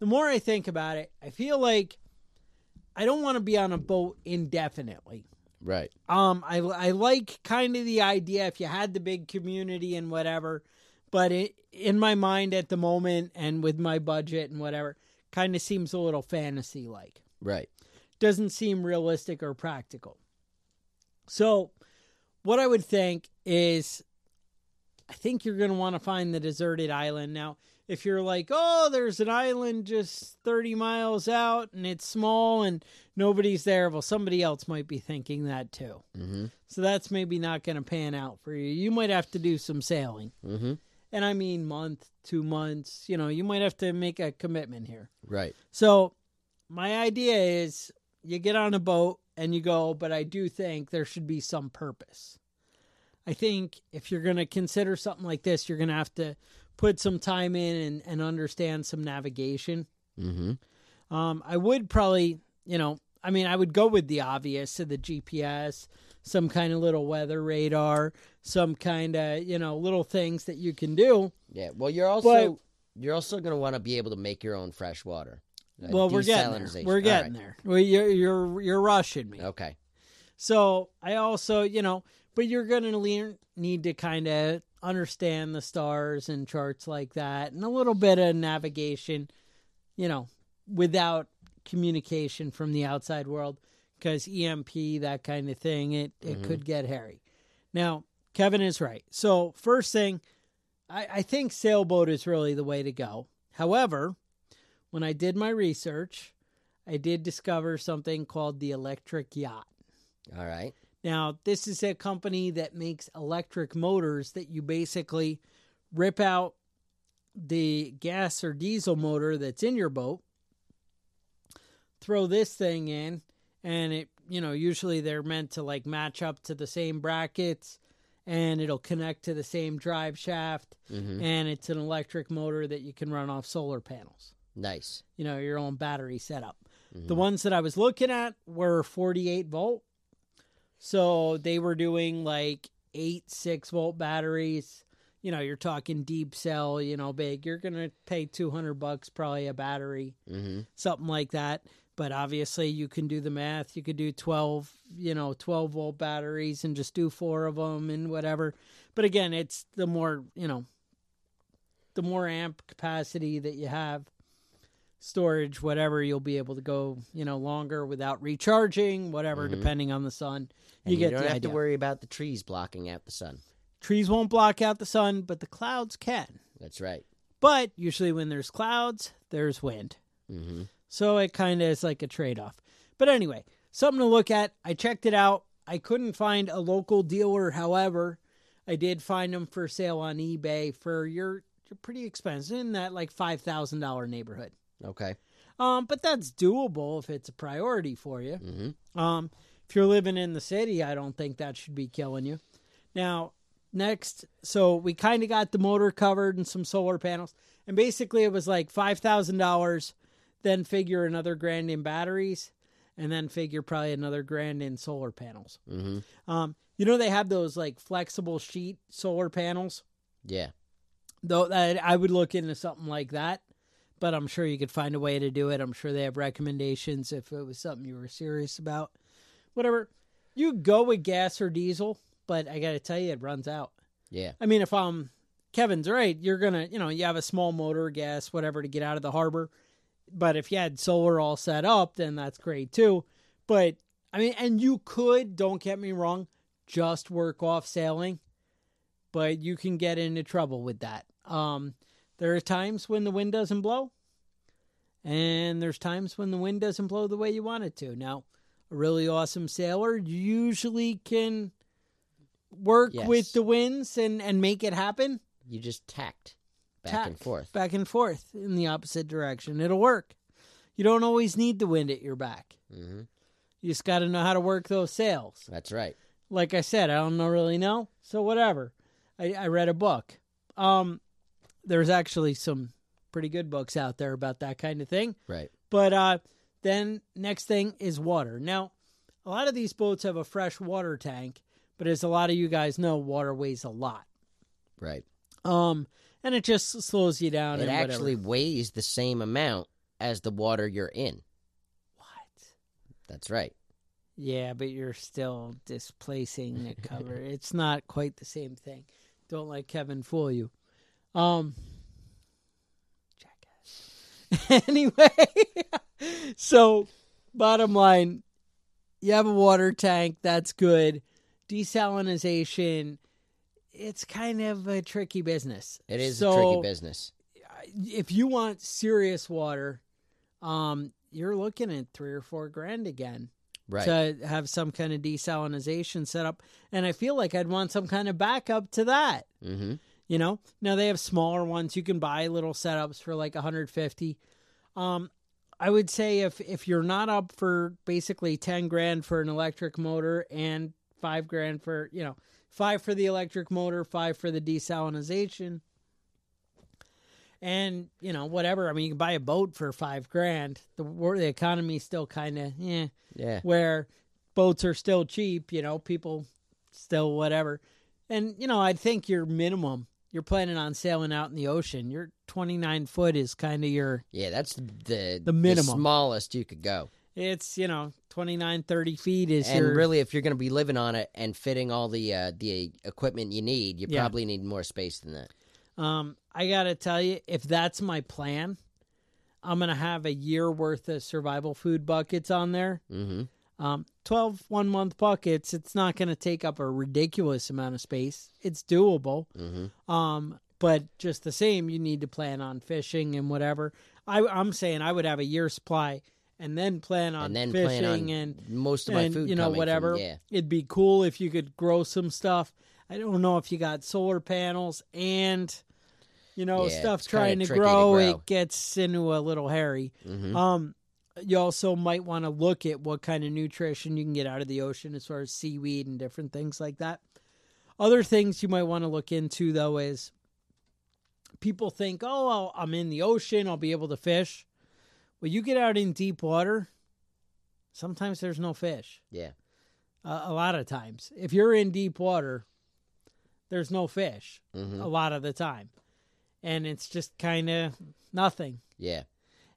Speaker 2: the more I think about it, I feel like I don't want to be on a boat indefinitely.
Speaker 3: Right.
Speaker 2: Um, I I like kind of the idea if you had the big community and whatever, but it in my mind at the moment and with my budget and whatever, kind of seems a little fantasy like
Speaker 3: Right.
Speaker 2: doesn't seem realistic or practical. So, what I would think is I think you're going to want to find the deserted island. Now, if you're like, oh, there's an island just 30 miles out and it's small and nobody's there, well, somebody else might be thinking that too.
Speaker 3: Mm-hmm.
Speaker 2: So, that's maybe not going to pan out for you. You might have to do some sailing.
Speaker 3: Mm-hmm.
Speaker 2: And I mean, month, two months, you know, you might have to make a commitment here.
Speaker 3: Right.
Speaker 2: So, my idea is you get on a boat and you go, but I do think there should be some purpose. I think if you're going to consider something like this, you're going to have to put some time in and, and understand some navigation.
Speaker 3: Mm-hmm.
Speaker 2: Um, I would probably, you know, I mean, I would go with the obvious, so the GPS, some kind of little weather radar, some kind of, you know, little things that you can do.
Speaker 3: Yeah. Well, you're also you're also going to want to be able to make your own fresh water. Uh,
Speaker 2: Well, we're getting there.
Speaker 3: desalinization.
Speaker 2: We're
Speaker 3: All
Speaker 2: getting
Speaker 3: right.
Speaker 2: there. Well, you're, you're, you're rushing me.
Speaker 3: Okay.
Speaker 2: So I also, you know, but you're going to learn need to kind of understand the stars and charts like that and a little bit of navigation, you know, without communication from the outside world because EMP, that kind of thing, it, it
Speaker 3: Mhm.
Speaker 2: could get hairy. Now, Kevin is right. So, first thing, I, I think sailboat is really the way to go. However, when I did my research, I did discover something called the Electric Yacht.
Speaker 3: All right.
Speaker 2: Now, this is a company that makes electric motors that you basically rip out the gas or diesel motor that's in your boat, throw this thing in, and it, you know, usually they're meant to like match up to the same brackets and it'll connect to the same drive shaft.
Speaker 3: hmm
Speaker 2: And it's an electric motor that you can run off solar panels,
Speaker 3: Nice.
Speaker 2: you know, your own battery setup. The
Speaker 3: Mhm.
Speaker 2: ones that I was looking at were 48 volt. So they were doing like eight, six volt batteries. You know, you're talking deep cell, you know, big. You're going to pay 200 bucks probably a battery,
Speaker 3: Mhm.
Speaker 2: something like that. But obviously, you can do the math. You could do 12, you know, 12 volt batteries and just do four of them and whatever. But again, it's the more, you know, the more amp capacity that you have storage, whatever, you'll be able to go, you know, longer without recharging, whatever,
Speaker 3: Mhm.
Speaker 2: depending on the sun.
Speaker 3: And
Speaker 2: you get
Speaker 3: don't
Speaker 2: the
Speaker 3: have
Speaker 2: idea.
Speaker 3: to worry about the trees blocking out the sun.
Speaker 2: Trees won't block out the sun, but the clouds can.
Speaker 3: That's right.
Speaker 2: But usually when there's clouds, there's wind.
Speaker 3: hmm
Speaker 2: So it kind of is like a trade off. But anyway, something to look at. I checked it out. I couldn't find a local dealer, however, I did find them for sale on eBay for your, your pretty expensive in that like $5,000 neighborhood.
Speaker 3: Okay.
Speaker 2: Um, but that's doable if it's a priority for you.
Speaker 3: hmm
Speaker 2: Um, if you're living in the city, I don't think that should be killing you. Now, next, so we kind of got the motor covered and some solar panels, and basically it was like five thousand dollars, then figure another grand in batteries, and then figure probably another grand in solar panels.
Speaker 3: hmm
Speaker 2: Um, you know they have those like flexible sheet solar panels.
Speaker 3: Yeah.
Speaker 2: Though I I would look into something like that, but I'm sure you could find a way to do it. I'm sure they have recommendations if it was something you were serious about. Whatever. You go with gas or diesel, but I got to tell you, it runs out.
Speaker 3: Yeah.
Speaker 2: I mean, if I'm Kevin's right, you're going to, you know, you have a small motor, gas, whatever, to get out of the harbor. But if you had solar all set up, then that's great too. But I mean, and you could, don't get me wrong, just work off sailing, but you can get into trouble with that. Um, there are times when the wind doesn't blow, and there's times when the wind doesn't blow the way you want it to. Now, a really awesome sailor usually can work
Speaker 3: Yes.
Speaker 2: with the winds and, and make it happen
Speaker 3: You just tacked back and
Speaker 2: tack,
Speaker 3: forth.
Speaker 2: back and forth in the opposite direction. It'll work. You don't always need the wind at your back.
Speaker 3: hmm
Speaker 2: You just got to know how to work those sails.
Speaker 3: That's right.
Speaker 2: Like I said, I don't know, really know. So whatever. I, I read a book. Um, there's actually some pretty good books out there about that kind of thing.
Speaker 3: Right.
Speaker 2: But uh, then next thing is water. Now, a lot of these boats have a fresh water tank, but as a lot of you guys know, water weighs a lot.
Speaker 3: Right.
Speaker 2: Um, and it just slows you down.
Speaker 3: it
Speaker 2: and whatever.
Speaker 3: actually weighs the same amount as the water you're in.
Speaker 2: what?
Speaker 3: That's right.
Speaker 2: Yeah, but you're still displacing the cover. it's not quite the same thing. Don't let Kevin fool you. Um jackass. anyway, so bottom line, you have a water tank, that's good. Desalinization, it's kind of a tricky business.
Speaker 3: It is a
Speaker 2: So,
Speaker 3: tricky business.
Speaker 2: if you want serious water, um you're looking at 3 or 4 grand again
Speaker 3: Right.
Speaker 2: to have some kind of desalinization set up. And I feel like I'd want some kind of backup to that.
Speaker 3: mm-hmm.
Speaker 2: You know, now they have smaller ones. You can buy little setups for like 150. Um, I would say if if you're not up for basically 10 grand for an electric motor and five grand for you know five for the electric motor, five for the desalinization. And you know whatever I mean, you can buy a boat for five grand. The wor- the economy's still eh. kind of yeah
Speaker 3: Yeah.
Speaker 2: where boats are still cheap, you know, people still whatever. And, you know, I think your minimum, you're planning on sailing out in the ocean. Your 29 foot is kind of your,
Speaker 3: Yeah. That's the
Speaker 2: minimum.
Speaker 3: smallest you could go.
Speaker 2: it's, you know, 29, 30 feet is
Speaker 3: and
Speaker 2: your.
Speaker 3: really, if you're going to be living on it and fitting all the uh, the equipment you need, you
Speaker 2: Yeah.
Speaker 3: probably need more space than that.
Speaker 2: um, I got to tell you, if that's my plan, I'm going to have a year worth of survival food buckets on there.
Speaker 3: Mm-hmm.
Speaker 2: Um, 12 one month buckets, it's not going to take up a ridiculous amount of space. It's doable.
Speaker 3: Mm-hmm.
Speaker 2: Um, But just the same, you need to plan on fishing and whatever. I, I'm saying I would have a year supply and then plan on
Speaker 3: and then
Speaker 2: fishing
Speaker 3: plan on
Speaker 2: and
Speaker 3: most of my
Speaker 2: and,
Speaker 3: food.
Speaker 2: you know
Speaker 3: coming from-
Speaker 2: whatever
Speaker 3: yeah,
Speaker 2: it'd be cool if you could grow some stuff i don't know if you got solar panels and you know
Speaker 3: Yeah,
Speaker 2: stuff
Speaker 3: it's kinda
Speaker 2: trying to
Speaker 3: tricky to
Speaker 2: grow,
Speaker 3: grow.
Speaker 2: it gets into a little hairy
Speaker 3: hmm
Speaker 2: um you also might want to look at what kind of nutrition you can get out of the ocean as far as seaweed and different things like that other things you might want to look into though is people think oh I'll, i'm in the ocean i'll be able to fish well you get out in deep water sometimes there's no fish
Speaker 3: yeah.
Speaker 2: uh, a lot of times. If you're in deep water, there's no fish
Speaker 3: hmm
Speaker 2: a lot of the time, and it's just kind of nothing.
Speaker 3: Yeah.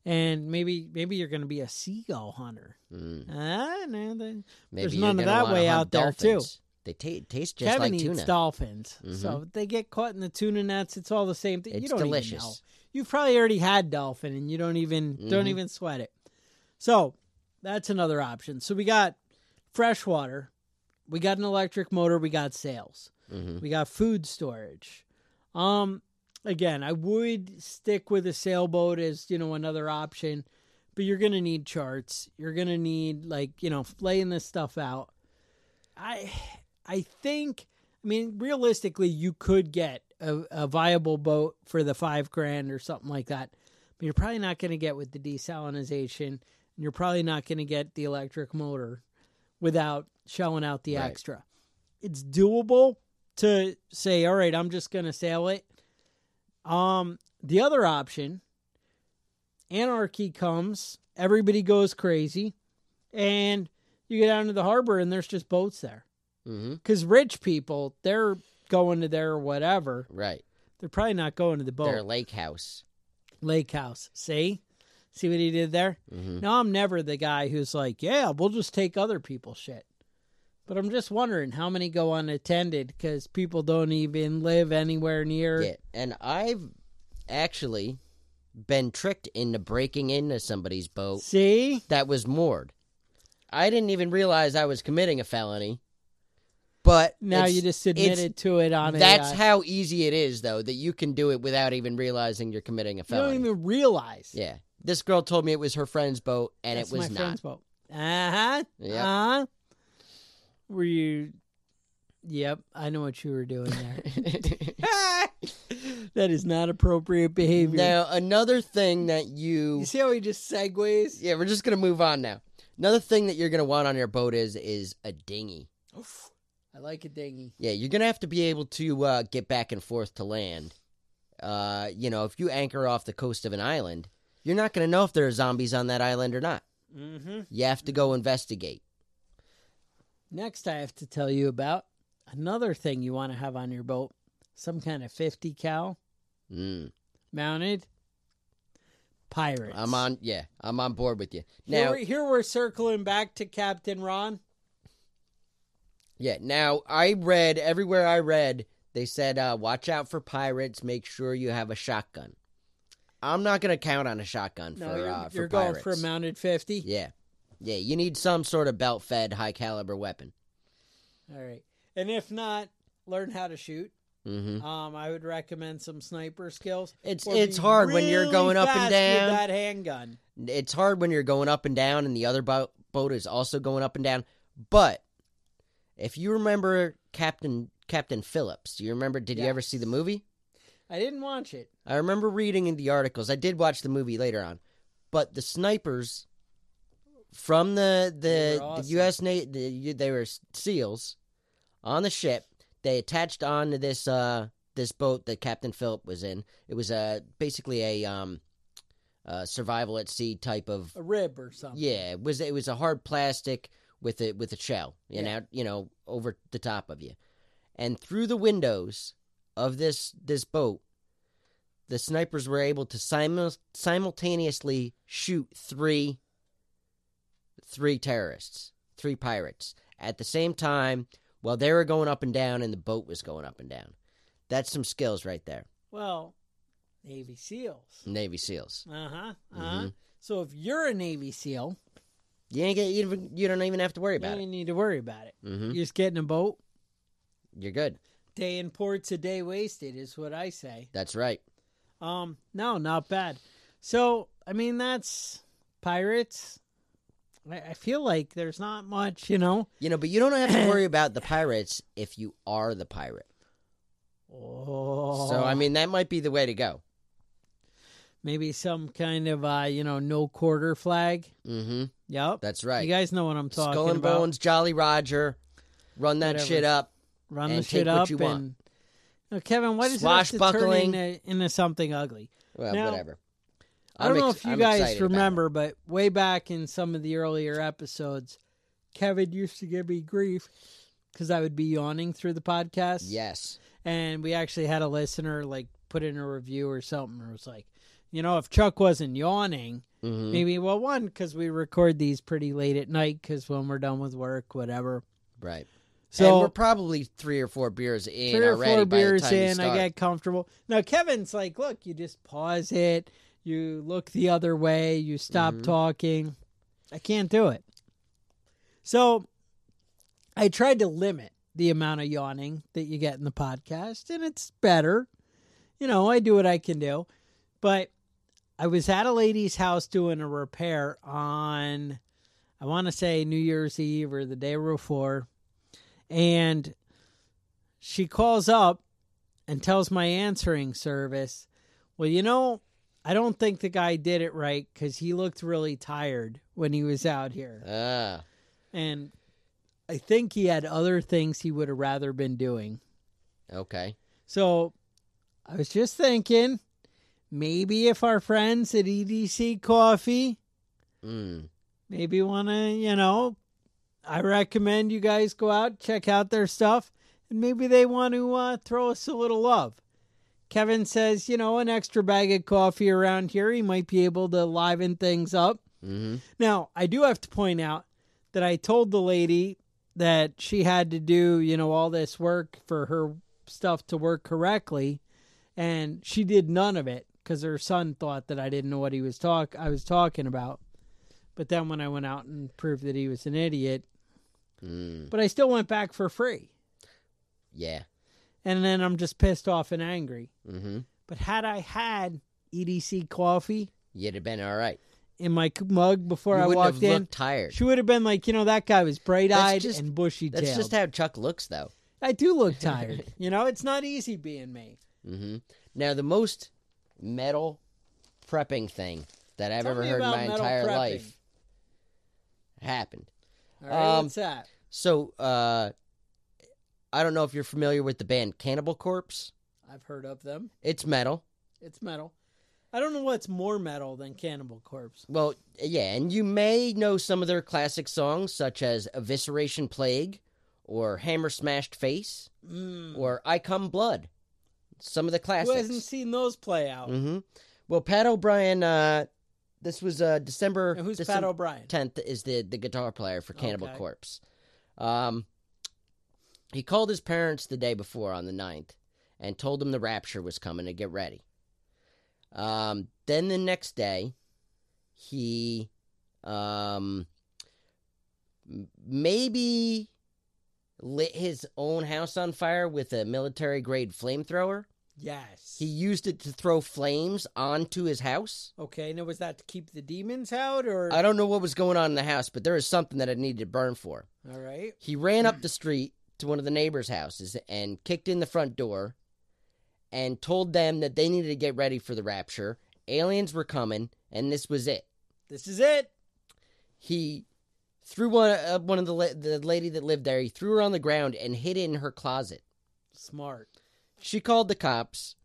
Speaker 2: And maybe maybe you're going to be a seagull hunter.
Speaker 3: Mm.
Speaker 2: Ah, no, the,
Speaker 3: Maybe
Speaker 2: There's
Speaker 3: you're
Speaker 2: none of
Speaker 3: gonna
Speaker 2: that
Speaker 3: wanna
Speaker 2: way
Speaker 3: hunt
Speaker 2: out there, too.
Speaker 3: dolphins. They ta- taste just
Speaker 2: Kevin
Speaker 3: like
Speaker 2: eats
Speaker 3: tuna. Mm-hmm.
Speaker 2: dolphins, so they get caught in the tuna nets. It's all the same thing. you
Speaker 3: It's
Speaker 2: don't even
Speaker 3: delicious.
Speaker 2: know. You've probably already had dolphin, and you don't even don't
Speaker 3: Mhm.
Speaker 2: even sweat it. So that's another option. So we got freshwater, we got an electric motor, we got sails.
Speaker 3: hmm
Speaker 2: We got food storage. Um, again, I would stick with a sailboat as you know another option, but you're gonna need charts. You're gonna need like you know laying this stuff out. I, I think. I mean, realistically, you could get a, a viable boat for the five grand or something like that, but you're probably not gonna get with the desalinization, and you're probably not gonna get the electric motor without shelling out the
Speaker 3: Right.
Speaker 2: extra. It's doable, to say, all right, I'm just going to sail it. Um, the other option, anarchy comes, everybody goes crazy, and you get down to the harbor and there's just boats there.
Speaker 3: hmm
Speaker 2: Because rich people, they're going to their whatever.
Speaker 3: Right.
Speaker 2: They're probably not going to the boat.
Speaker 3: Their lake house.
Speaker 2: Lake house. See? See what he did there?
Speaker 3: hmm
Speaker 2: No, I'm never the guy who's like, yeah, we'll just take other people's shit. But I'm just wondering how many go unattended because people don't even live anywhere near.
Speaker 3: Yeah. And I've actually been tricked into breaking into somebody's boat
Speaker 2: See?
Speaker 3: that was moored. I didn't even realize I was committing a felony. But
Speaker 2: Now
Speaker 3: it's-
Speaker 2: you just
Speaker 3: it's-
Speaker 2: admitted to it on
Speaker 3: That's
Speaker 2: a. uh,
Speaker 3: how easy it is, though, that you can do it without even realizing you're committing a
Speaker 2: you don't
Speaker 3: felony.
Speaker 2: even realize.
Speaker 3: Yeah. This girl told me it was her friend's boat, and
Speaker 2: That's
Speaker 3: it was
Speaker 2: my
Speaker 3: not.
Speaker 2: friend's boat. Uh huh. Uh
Speaker 3: Yep.
Speaker 2: huh. Were you. Yep, I know what you were doing there. that is not appropriate behavior.
Speaker 3: now, another thing that
Speaker 2: You
Speaker 3: you.
Speaker 2: see how he just segues?
Speaker 3: Yeah, we're just going to move on now. Another thing that you're going to want on your boat is is a dinghy.
Speaker 2: I like a dinghy.
Speaker 3: Yeah, you're going to have to be able to uh, get back and forth to land. Uh, you know, if you anchor off the coast of an island, you're not going to know if there are zombies on that island or not.
Speaker 2: Mm hmm.
Speaker 3: You have to go investigate.
Speaker 2: Next, I have to tell you about another thing you want to have on your boat some kind of 50 cal
Speaker 3: Mm.
Speaker 2: mounted pirates.
Speaker 3: I'm on. Yeah, I'm on board with you.
Speaker 2: Here,
Speaker 3: Now,
Speaker 2: we're, here we're circling back to Captain Ron.
Speaker 3: yeah. Now, I read everywhere I read they said, uh, "Watch out for pirates. Make sure you have a shotgun." I'm not gonna count on a shotgun
Speaker 2: No,
Speaker 3: for
Speaker 2: you're,
Speaker 3: uh, for
Speaker 2: you're going
Speaker 3: pirates.
Speaker 2: for a mounted 50.
Speaker 3: yeah, yeah. You need some sort of belt-fed, high-caliber weapon.
Speaker 2: All right. And if not, learn how to shoot.
Speaker 3: hmm
Speaker 2: Um, I would recommend some sniper skills.
Speaker 3: It's
Speaker 2: Or
Speaker 3: it's
Speaker 2: be
Speaker 3: hard when you're
Speaker 2: really
Speaker 3: going up and
Speaker 2: fast
Speaker 3: down.
Speaker 2: with that handgun.
Speaker 3: It's hard when you're going up and down, and the other boat boat is also going up and down. But if you remember Captain Captain Phillips, do you remember? Did you ever see the
Speaker 2: Yes.
Speaker 3: movie?
Speaker 2: I didn't watch it.
Speaker 3: I remember reading in the articles. I did watch the movie later on, but the snipers from the
Speaker 2: They
Speaker 3: the,
Speaker 2: were awesome.
Speaker 3: the U.S. Na- the, you- they were seals on the ship. They attached on to this uh this boat that Captain Phillip was in. It was uh, basically a um uh, survival at sea type of
Speaker 2: A rib or something.
Speaker 3: yeah. It was it was a hard plastic with it with a shell you
Speaker 2: Yeah.
Speaker 3: know you know over the top of you, and through the windows of this this boat, the snipers were able to simu- simultaneously shoot three three terrorists, three pirates at the same time while they were going up and down and the boat was going up and down. That's some skills right there,
Speaker 2: Well, Navy SEALs.
Speaker 3: Navy SEALs.
Speaker 2: Uh huh. Uh huh.
Speaker 3: Mhm.
Speaker 2: So if you're a Navy SEAL,
Speaker 3: You ain't get, you don't- you don't even have to worry Mm-hmm.
Speaker 2: you don't
Speaker 3: about it.
Speaker 2: even need to worry about it.
Speaker 3: hmm
Speaker 2: You just get in a boat,
Speaker 3: You're good.
Speaker 2: Day in port's a day wasted, is what I say.
Speaker 3: That's right.
Speaker 2: Um, no, not bad. So, I mean, that's Pirates. I, I feel like there's not much, you know.
Speaker 3: You know, but you don't have to worry about the pirates if you are the pirate.
Speaker 2: Oh,
Speaker 3: So I mean, that might be the way to go.
Speaker 2: maybe some kind of uh, you know, no quarter flag.
Speaker 3: Mm-hmm.
Speaker 2: Yep,
Speaker 3: That's right.
Speaker 2: You guys know what I'm talking
Speaker 3: Skull and
Speaker 2: about.
Speaker 3: Bones, Jolly Roger, run that
Speaker 2: Whatever.
Speaker 3: shit up.
Speaker 2: Run
Speaker 3: and
Speaker 2: the shit
Speaker 3: take what
Speaker 2: up
Speaker 3: you
Speaker 2: and.
Speaker 3: want.
Speaker 2: Now, Kevin, why does it have to turn
Speaker 3: Swashbuckling.
Speaker 2: into, into something ugly?
Speaker 3: Well,
Speaker 2: Now,
Speaker 3: whatever.
Speaker 2: I don't
Speaker 3: I'm
Speaker 2: know
Speaker 3: ex-
Speaker 2: if you
Speaker 3: I'm
Speaker 2: guys
Speaker 3: excited about it.
Speaker 2: remember, but way back in some of the earlier episodes, Kevin used to give me grief because I would be yawning through the podcast.
Speaker 3: Yes.
Speaker 2: And we actually had a listener like put in a review or something. It was like, you know, if Chuck wasn't yawning,
Speaker 3: Mhm.
Speaker 2: maybe, well, one, because we record these pretty late at night because when we're done with work, whatever.
Speaker 3: Right.
Speaker 2: So
Speaker 3: and we're probably three or four beers in
Speaker 2: three or
Speaker 3: already
Speaker 2: four
Speaker 3: by the
Speaker 2: beers
Speaker 3: time you
Speaker 2: in, I
Speaker 3: start.
Speaker 2: get comfortable. Now Kevin's like, look, you just pause it, you look the other way, you stop
Speaker 3: Mhm.
Speaker 2: talking. I can't do it. So I tried to limit the amount of yawning that you get in the podcast, and it's better. You know, I do what I can do. But I was at a lady's house doing a repair on I want to say New Year's Eve or the day before. And she calls up and tells my answering service, Well, you know, I don't think the guy did it right because he looked really tired when he was out here.
Speaker 3: Ah,
Speaker 2: And I think he had other things he would have rather been doing.
Speaker 3: okay.
Speaker 2: So I was just thinking maybe if our friends at EDC Coffee
Speaker 3: Mm.
Speaker 2: maybe want to, you know, I recommend you guys go out, check out their stuff, and maybe they want to uh, throw us a little love. Kevin says, you know, an extra bag of coffee around here, he might be able to liven things up.
Speaker 3: Mm-hmm.
Speaker 2: Now, I do have to point out that I told the lady that she had to do, you know, all this work for her stuff to work correctly, and she did none of it because her son thought that I didn't know what he was talk I was talking about. But then when I went out and proved that he was an idiot,
Speaker 3: Mm.
Speaker 2: but I still went back for free.
Speaker 3: Yeah.
Speaker 2: And then I'm just pissed off and angry.
Speaker 3: Mm-hmm.
Speaker 2: But had I had EDC coffee
Speaker 3: You'd have been all right.
Speaker 2: in my c- mug before
Speaker 3: you
Speaker 2: I
Speaker 3: wouldn't
Speaker 2: walked
Speaker 3: have
Speaker 2: in,
Speaker 3: looked tired.
Speaker 2: She would have been like, you know, that guy was bright eyed
Speaker 3: just-
Speaker 2: and bushy
Speaker 3: That's
Speaker 2: tailed.
Speaker 3: just how Chuck looks, though.
Speaker 2: I do look tired. you know, it's not easy being me.
Speaker 3: Mm-hmm. Now, the most metal prepping thing that I've
Speaker 2: Tell
Speaker 3: ever
Speaker 2: me
Speaker 3: heard in
Speaker 2: about
Speaker 3: my
Speaker 2: metal
Speaker 3: entire
Speaker 2: prepping.
Speaker 3: life happened.
Speaker 2: All right,
Speaker 3: Um,
Speaker 2: what's that?
Speaker 3: So, uh, I don't know if you're familiar with the band Cannibal Corpse.
Speaker 2: I've heard of them.
Speaker 3: It's metal.
Speaker 2: It's metal. I don't know what's more metal than Cannibal Corpse.
Speaker 3: Well, yeah, and you may know some of their classic songs, such as Evisceration Plague or Hammer Smashed Face
Speaker 2: Mm.
Speaker 3: or I Come Blood. Some of the
Speaker 2: Who hasn't
Speaker 3: classics.
Speaker 2: seen those play out?
Speaker 3: hmm Well, Pat O'Brien, uh, this was uh, December.
Speaker 2: And who's Pat
Speaker 3: December-
Speaker 2: O'Brien?
Speaker 3: tenth is the the guitar player for Cannibal
Speaker 2: Okay.
Speaker 3: Corpse. Um, he called his parents the day before on the 9th and told them the rapture was coming to get ready. Um, then the next day, he um m- maybe lit his own house on fire with a military grade flamethrower.
Speaker 2: Yes.
Speaker 3: He used it to throw flames onto his house.
Speaker 2: Okay, now was that to keep the demons out or?
Speaker 3: I don't know what was going on in the house, but there was something that I needed to burn for.
Speaker 2: All right.
Speaker 3: He ran
Speaker 2: Mm.
Speaker 3: up the street to one of the neighbors' houses and kicked in the front door and told them that they needed to get ready for the rapture. Aliens were coming, and this was it.
Speaker 2: This is it.
Speaker 3: He threw one, uh, one of the, la- the lady that lived there, he threw her on the ground and hid in her closet.
Speaker 2: Smart.
Speaker 3: She called the cops.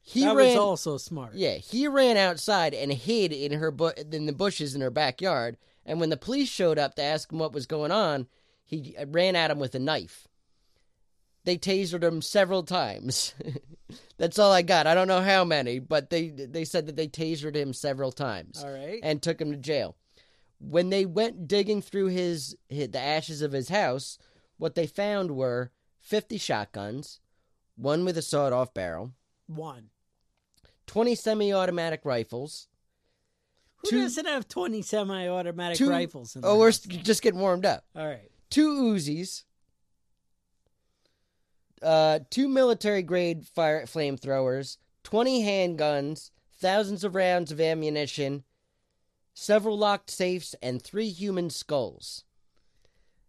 Speaker 3: He
Speaker 2: that
Speaker 3: ran
Speaker 2: was also smart.
Speaker 3: Yeah, he ran outside and hid in her bu- in the bushes in her backyard. And when the police showed up to ask him what was going on, he uh, ran at him with a knife. They tasered him several times. That's all I got. I don't know how many, but they they said that they tasered him several times
Speaker 2: All right.
Speaker 3: and took him to jail. When they went digging through his, hi the ashes of his house, what they found were 50 shotguns, one with a sawed-off barrel,
Speaker 2: One.
Speaker 3: 20 semi-automatic rifles.
Speaker 2: Who
Speaker 3: Two-
Speaker 2: doesn't have twenty semi-automatic
Speaker 3: two-
Speaker 2: rifles? In
Speaker 3: Oh,
Speaker 2: their
Speaker 3: we're
Speaker 2: house?
Speaker 3: s- just getting warmed up.
Speaker 2: All right.
Speaker 3: Two Uzis. uh, two military grade fire flamethrowers, 20 handguns, thousands of rounds of ammunition, several locked safes, and three human skulls.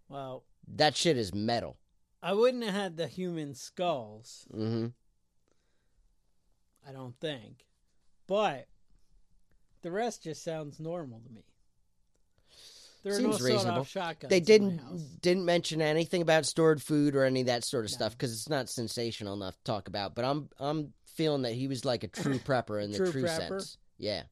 Speaker 2: Well,
Speaker 3: That shit is metal.
Speaker 2: I wouldn't have had the human skulls,
Speaker 3: Mm-hmm.
Speaker 2: I don't think. But the rest just sounds normal to me. There are
Speaker 3: Seems
Speaker 2: no
Speaker 3: reasonable.
Speaker 2: sawed-off shotguns.
Speaker 3: They
Speaker 2: in my house.
Speaker 3: didn't didn't mention anything about stored food or any of that sort of stuff 'cause stuff because it's not sensational enough to talk about. But I'm I'm feeling that he was like a true prepper in the
Speaker 2: True
Speaker 3: true,
Speaker 2: prepper?
Speaker 3: sense. Yeah,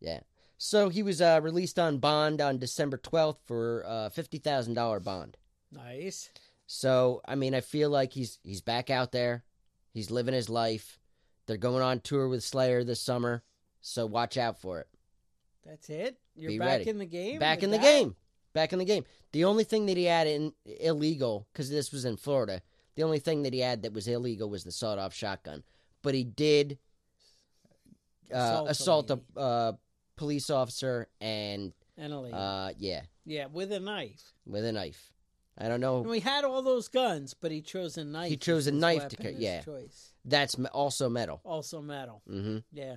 Speaker 3: yeah. So he was uh, released on bond on December twelfth for uh, fifty thousand dollar bond.
Speaker 2: Nice.
Speaker 3: So I mean, I feel like he's he's back out there. He's living his life. They're going on tour with Slayer this summer, so watch out for it.
Speaker 2: That's it. You're
Speaker 3: Be
Speaker 2: back
Speaker 3: ready.
Speaker 2: in the game.
Speaker 3: back
Speaker 2: with
Speaker 3: in the
Speaker 2: that?
Speaker 3: game. Back in the game. The only thing that he had in illegal, because this was in Florida, the only thing that he had that was illegal was the sawed off shotgun. But he did uh, assault,
Speaker 2: Assault a
Speaker 3: a uh, police officer and,
Speaker 2: And a lady.
Speaker 3: uh, yeah,
Speaker 2: yeah, with a knife.
Speaker 3: with a knife. I don't
Speaker 2: And
Speaker 3: know.
Speaker 2: we had all those guns, but he chose a knife.
Speaker 3: oh. chose
Speaker 2: as
Speaker 3: a
Speaker 2: his
Speaker 3: knife to
Speaker 2: weapon
Speaker 3: ca-
Speaker 2: of
Speaker 3: yeah.
Speaker 2: Choice.
Speaker 3: That's me- also metal.
Speaker 2: Also metal.
Speaker 3: hmm
Speaker 2: Yeah.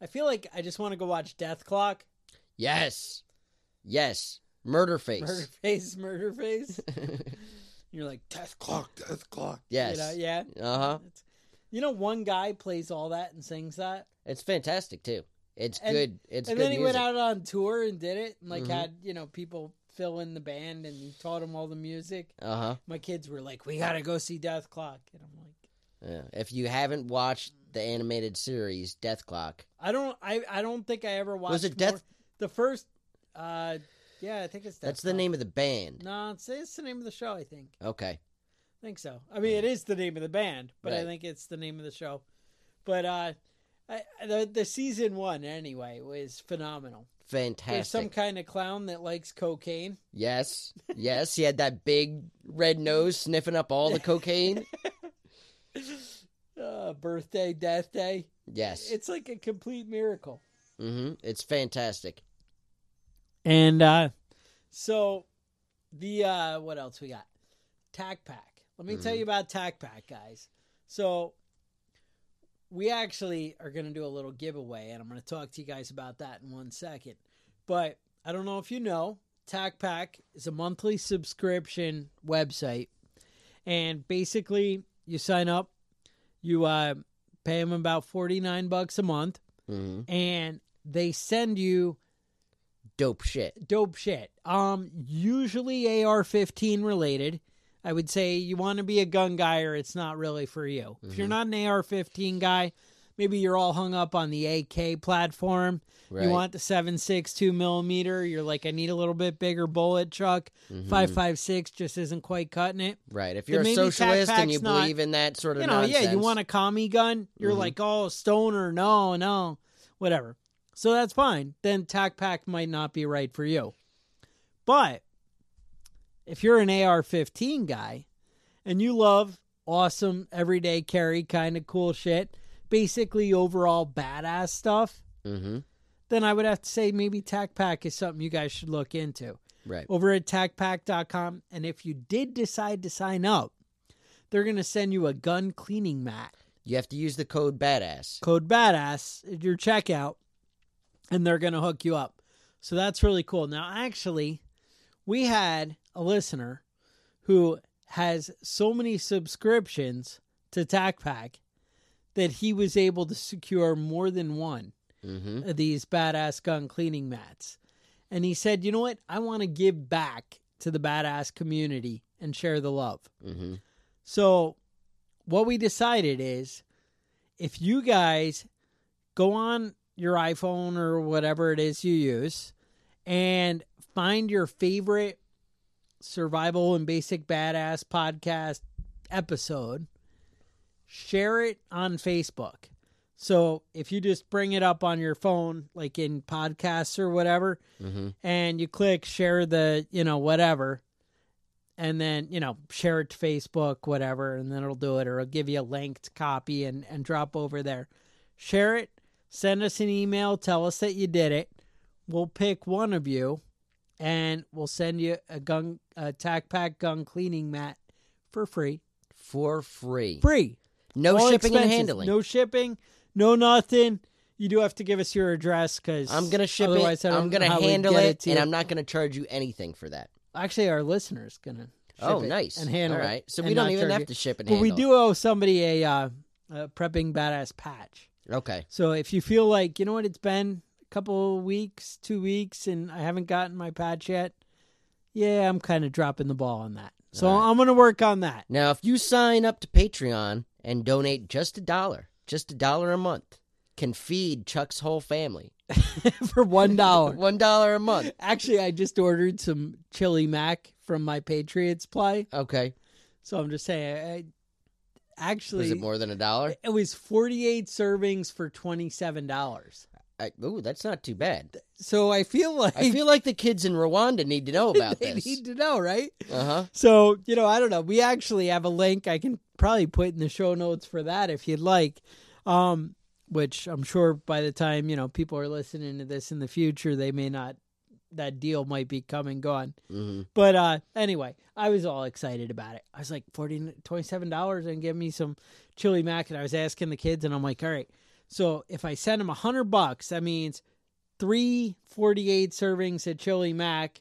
Speaker 2: I feel like I just want to go watch Death Clock.
Speaker 3: Yes. Yes. Murder face.
Speaker 2: Murder face, murder face. You're like Death Clock.
Speaker 3: yes.
Speaker 2: You know, yeah.
Speaker 3: Uh huh.
Speaker 2: It's- You know, one guy plays all that and sings that,
Speaker 3: It's fantastic, too. It's
Speaker 2: And-
Speaker 3: good. It's
Speaker 2: and
Speaker 3: good
Speaker 2: then he
Speaker 3: music.
Speaker 2: went out on tour and did it, and like
Speaker 3: Mhm.
Speaker 2: had you know people fill in the band, and he taught them all the music.
Speaker 3: Uh huh.
Speaker 2: My kids were like, "We gotta go see Death Clock," and I'm like,
Speaker 3: Yeah. If you haven't watched the animated series Death Clock,
Speaker 2: "I don't, I, I don't think I ever watched."
Speaker 3: Was it Death-
Speaker 2: more- the first, uh, yeah, I think it's Death
Speaker 3: that's the name of the band.
Speaker 2: No, it's, it's the name of the show. I think. I
Speaker 3: Okay.
Speaker 2: think so. I mean, it is the name of the band, but I
Speaker 3: Right.
Speaker 2: think it's the name of the show. But uh, I, the the season one anyway was phenomenal. There's
Speaker 3: Fantastic.
Speaker 2: some kind of clown that likes cocaine.
Speaker 3: Yes. Yes. He had that big red nose sniffing up all the cocaine.
Speaker 2: Uh, birthday, death day.
Speaker 3: Yes.
Speaker 2: It's like a complete miracle.
Speaker 3: hmm It's fantastic.
Speaker 2: And uh, so the uh, what else we got? Tac Pack. Let me tell you about Tac Pack, guys. So we actually are going to do a little giveaway, and I'm going to talk to you guys about that in one second. But I don't know if you know, Tac Pack is a monthly subscription website, and basically you sign up, you uh, pay them about forty nine bucks a month,
Speaker 3: hmm
Speaker 2: and they send you
Speaker 3: Dope shit.
Speaker 2: dope shit. Um, usually AR-15 related. I would say you want to be a gun guy, or it's not really for you. If you're not an AR-15 guy, maybe you're all hung up on the AK platform.
Speaker 3: Right.
Speaker 2: You want the 7.62 millimeter. You're like, I need a little bit bigger bullet chuck.
Speaker 3: Mhm.
Speaker 2: 5.56 just isn't quite cutting it.
Speaker 3: Right. If
Speaker 2: Then
Speaker 3: you're a
Speaker 2: maybe Tac
Speaker 3: socialist and
Speaker 2: Pac's
Speaker 3: you
Speaker 2: not-
Speaker 3: believe in that sort of
Speaker 2: You know,
Speaker 3: nonsense.
Speaker 2: yeah, you want a commie gun. You're
Speaker 3: Mhm.
Speaker 2: like, oh, stoner, no, no, whatever. So that's fine. Then Tac Pack might not be right for you. But if you're an AR 15 guy and you love awesome, everyday carry kind of cool shit, basically overall badass stuff,
Speaker 3: hmm
Speaker 2: then I would have to say maybe Tac Pack is something you guys should look into
Speaker 3: Right.
Speaker 2: over at tacpack.com. And if you did decide to sign up, they're going to send you a gun cleaning mat,
Speaker 3: You have to use the code badass.
Speaker 2: code badass, at your checkout, and they're going to hook you up. So that's really cool. Now, actually, we had a listener who has so many subscriptions to TacPack that he was able to secure more than one
Speaker 3: hmm
Speaker 2: of these badass gun cleaning mats. And he said, you know what? I want to give back to the badass community and share the love.
Speaker 3: hmm
Speaker 2: So, what we decided is if you guys go on your iPhone or whatever it is you use and find your favorite survival and basic badass podcast episode, share it on Facebook. So, if you just bring it up on your phone, like in podcasts or whatever,
Speaker 3: hmm
Speaker 2: and you click share the you know whatever and then you know share it to facebook whatever and then it'll do it or it'll give you a linked copy and and drop over there share it send us an email tell us that you did it we'll pick one of you and we'll send you a gun a tac pack gun cleaning mat for free
Speaker 3: for free.
Speaker 2: Free.
Speaker 3: No
Speaker 2: All
Speaker 3: shipping and
Speaker 2: expenses.
Speaker 3: handling.
Speaker 2: No shipping. No nothing. You do have to give us your address because
Speaker 3: I'm gonna ship
Speaker 2: otherwise
Speaker 3: it.
Speaker 2: I don't
Speaker 3: I'm
Speaker 2: know
Speaker 3: gonna
Speaker 2: how we'd
Speaker 3: handle
Speaker 2: get
Speaker 3: it,
Speaker 2: it to
Speaker 3: and
Speaker 2: you.
Speaker 3: I'm not gonna charge you anything for that.
Speaker 2: Actually, our listeners gonna. Ship
Speaker 3: oh,
Speaker 2: it
Speaker 3: nice.
Speaker 2: And handle
Speaker 3: All
Speaker 2: it
Speaker 3: right. So
Speaker 2: and
Speaker 3: we don't
Speaker 2: not
Speaker 3: even
Speaker 2: charge
Speaker 3: have
Speaker 2: you.
Speaker 3: to ship and
Speaker 2: But we
Speaker 3: handle.
Speaker 2: do owe somebody a, uh, a prepping badass patch.
Speaker 3: Okay.
Speaker 2: So if you feel like you know what, it's been a couple weeks, two weeks, and I haven't gotten my patch yet. Yeah, I'm kind of dropping the ball on that. So
Speaker 3: All right.
Speaker 2: I'm gonna work on that.
Speaker 3: Now, if you sign up to Patreon and donate just a dollar, just a dollar a month, can feed Chuck's whole family.
Speaker 2: for one dollar.
Speaker 3: One dollar a month.
Speaker 2: Actually, I just ordered some chili mac from my Patriots play,
Speaker 3: Okay.
Speaker 2: so I'm just saying. I, actually,
Speaker 3: Was it more than a dollar?
Speaker 2: it was 48 servings for 27 dollars.
Speaker 3: I, ooh, that's not too bad.
Speaker 2: So I feel like
Speaker 3: I feel like the kids in Rwanda need to know about
Speaker 2: they
Speaker 3: this.
Speaker 2: need to know, right?
Speaker 3: Uh huh.
Speaker 2: So you know, I don't know. We actually have a link I can probably put in the show notes for that if you'd like. Um, which I'm sure by the time you know people are listening to this in the future, they may not. That deal might be come and gone.
Speaker 3: hmm
Speaker 2: But uh, anyway, I was all excited about it. I was like, 40, 27 dollars and give me some chili mac. And I was asking the kids, and I'm like, all right. So if I send them a hundred bucks, that means three 48 servings of chili mac,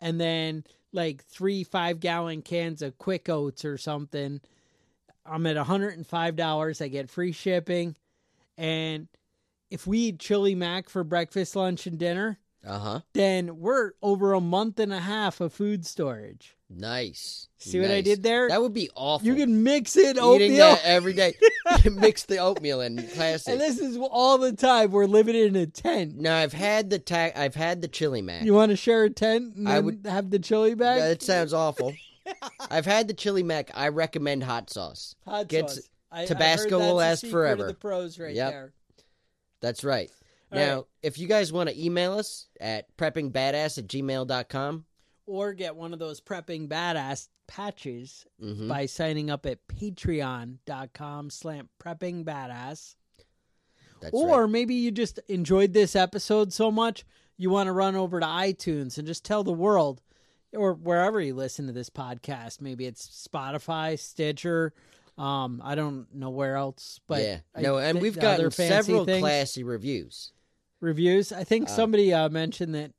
Speaker 2: and then like three five gallon cans of quick oats or something. I'm at hundred and five dollars. I get free shipping, and if we eat chili mac for breakfast, lunch, and dinner
Speaker 3: Uh huh.
Speaker 2: then we're over a month and a half of food storage.
Speaker 3: Nice.
Speaker 2: See what I
Speaker 3: Nice.
Speaker 2: did there?
Speaker 3: That would be awful.
Speaker 2: You can mix it
Speaker 3: eating
Speaker 2: oatmeal.
Speaker 3: that every day. Mix the oatmeal in classic.
Speaker 2: And this is all the time. We're living in a tent.
Speaker 3: Now I've had the ta- I've had the chili mac.
Speaker 2: You want to share a tent and
Speaker 3: I
Speaker 2: then
Speaker 3: would-
Speaker 2: have the chili bag?
Speaker 3: That sounds awful. I've had the chili mac. I recommend hot sauce.
Speaker 2: Hot
Speaker 3: gets-
Speaker 2: sauce. I- I heard
Speaker 3: Tabasco will
Speaker 2: that's the
Speaker 3: last
Speaker 2: secret
Speaker 3: forever.
Speaker 2: Of the pros right
Speaker 3: Yep.
Speaker 2: there.
Speaker 3: That's right.
Speaker 2: All
Speaker 3: now,
Speaker 2: right.
Speaker 3: if you guys want to email us at preppingbadass at gmail.com,
Speaker 2: Or get one of those prepping badass patches
Speaker 3: mm-hmm.
Speaker 2: by signing up at patreon.com slash prepping badass.
Speaker 3: that's
Speaker 2: Or
Speaker 3: right.
Speaker 2: maybe you just enjoyed this episode so much you want to run over to iTunes and just tell the world or wherever you listen to this podcast. Maybe it's Spotify, Stitcher. Um, I don't know where else, but
Speaker 3: yeah.
Speaker 2: I-
Speaker 3: No, and
Speaker 2: th-
Speaker 3: we've
Speaker 2: the
Speaker 3: gotten
Speaker 2: other fancy
Speaker 3: several
Speaker 2: things.
Speaker 3: classy reviews.
Speaker 2: reviews. I think
Speaker 3: Uh,
Speaker 2: somebody uh, mentioned that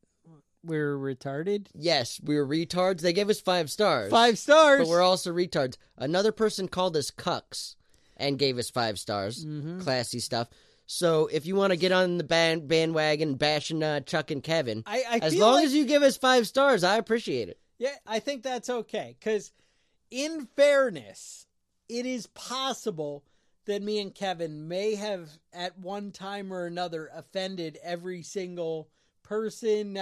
Speaker 2: we're retarded.
Speaker 3: Yes, we were retards. They gave us five stars.
Speaker 2: Five stars.
Speaker 3: But we're also retards. Another person called us cucks and gave us five stars.
Speaker 2: Mhm.
Speaker 3: Classy stuff. So if you want to get on the band- bandwagon bashing uh, Chuck and Kevin,
Speaker 2: I, I
Speaker 3: as
Speaker 2: feel
Speaker 3: long
Speaker 2: like-
Speaker 3: as you give us five stars, I appreciate it.
Speaker 2: Yeah, I think that's okay. Because, in fairness, it is possible that me and Kevin may have, at one time or another, offended every single person,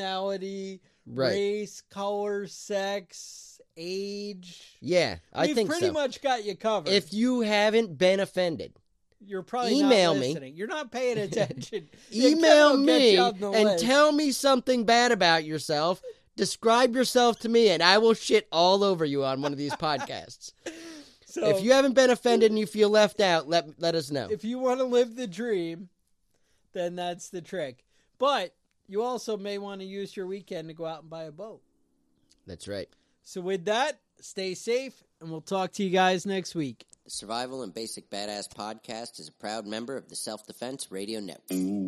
Speaker 2: nationality,
Speaker 3: Right.
Speaker 2: race, color, sex, age.
Speaker 3: Yeah, I
Speaker 2: We've
Speaker 3: think
Speaker 2: pretty
Speaker 3: so.
Speaker 2: much got you covered.
Speaker 3: if you haven't been offended,
Speaker 2: you're probably
Speaker 3: email
Speaker 2: not
Speaker 3: me.
Speaker 2: listening. you're not paying attention. And Kevin
Speaker 3: email
Speaker 2: will get
Speaker 3: me
Speaker 2: you on the
Speaker 3: and
Speaker 2: list.
Speaker 3: tell me something bad about yourself. Describe yourself to me, and I will shit all over you on one of these podcasts.
Speaker 2: So-
Speaker 3: If you haven't been offended and you feel left out, let let us know.
Speaker 2: if you want to live the dream, then that's the trick. But you also may want to use your weekend to go out and buy a boat.
Speaker 3: That's right.
Speaker 2: So with that, stay safe and we'll talk to you guys next week.
Speaker 3: Survival and Basic Badass Podcast is a proud member of the Self Defense Radio Network.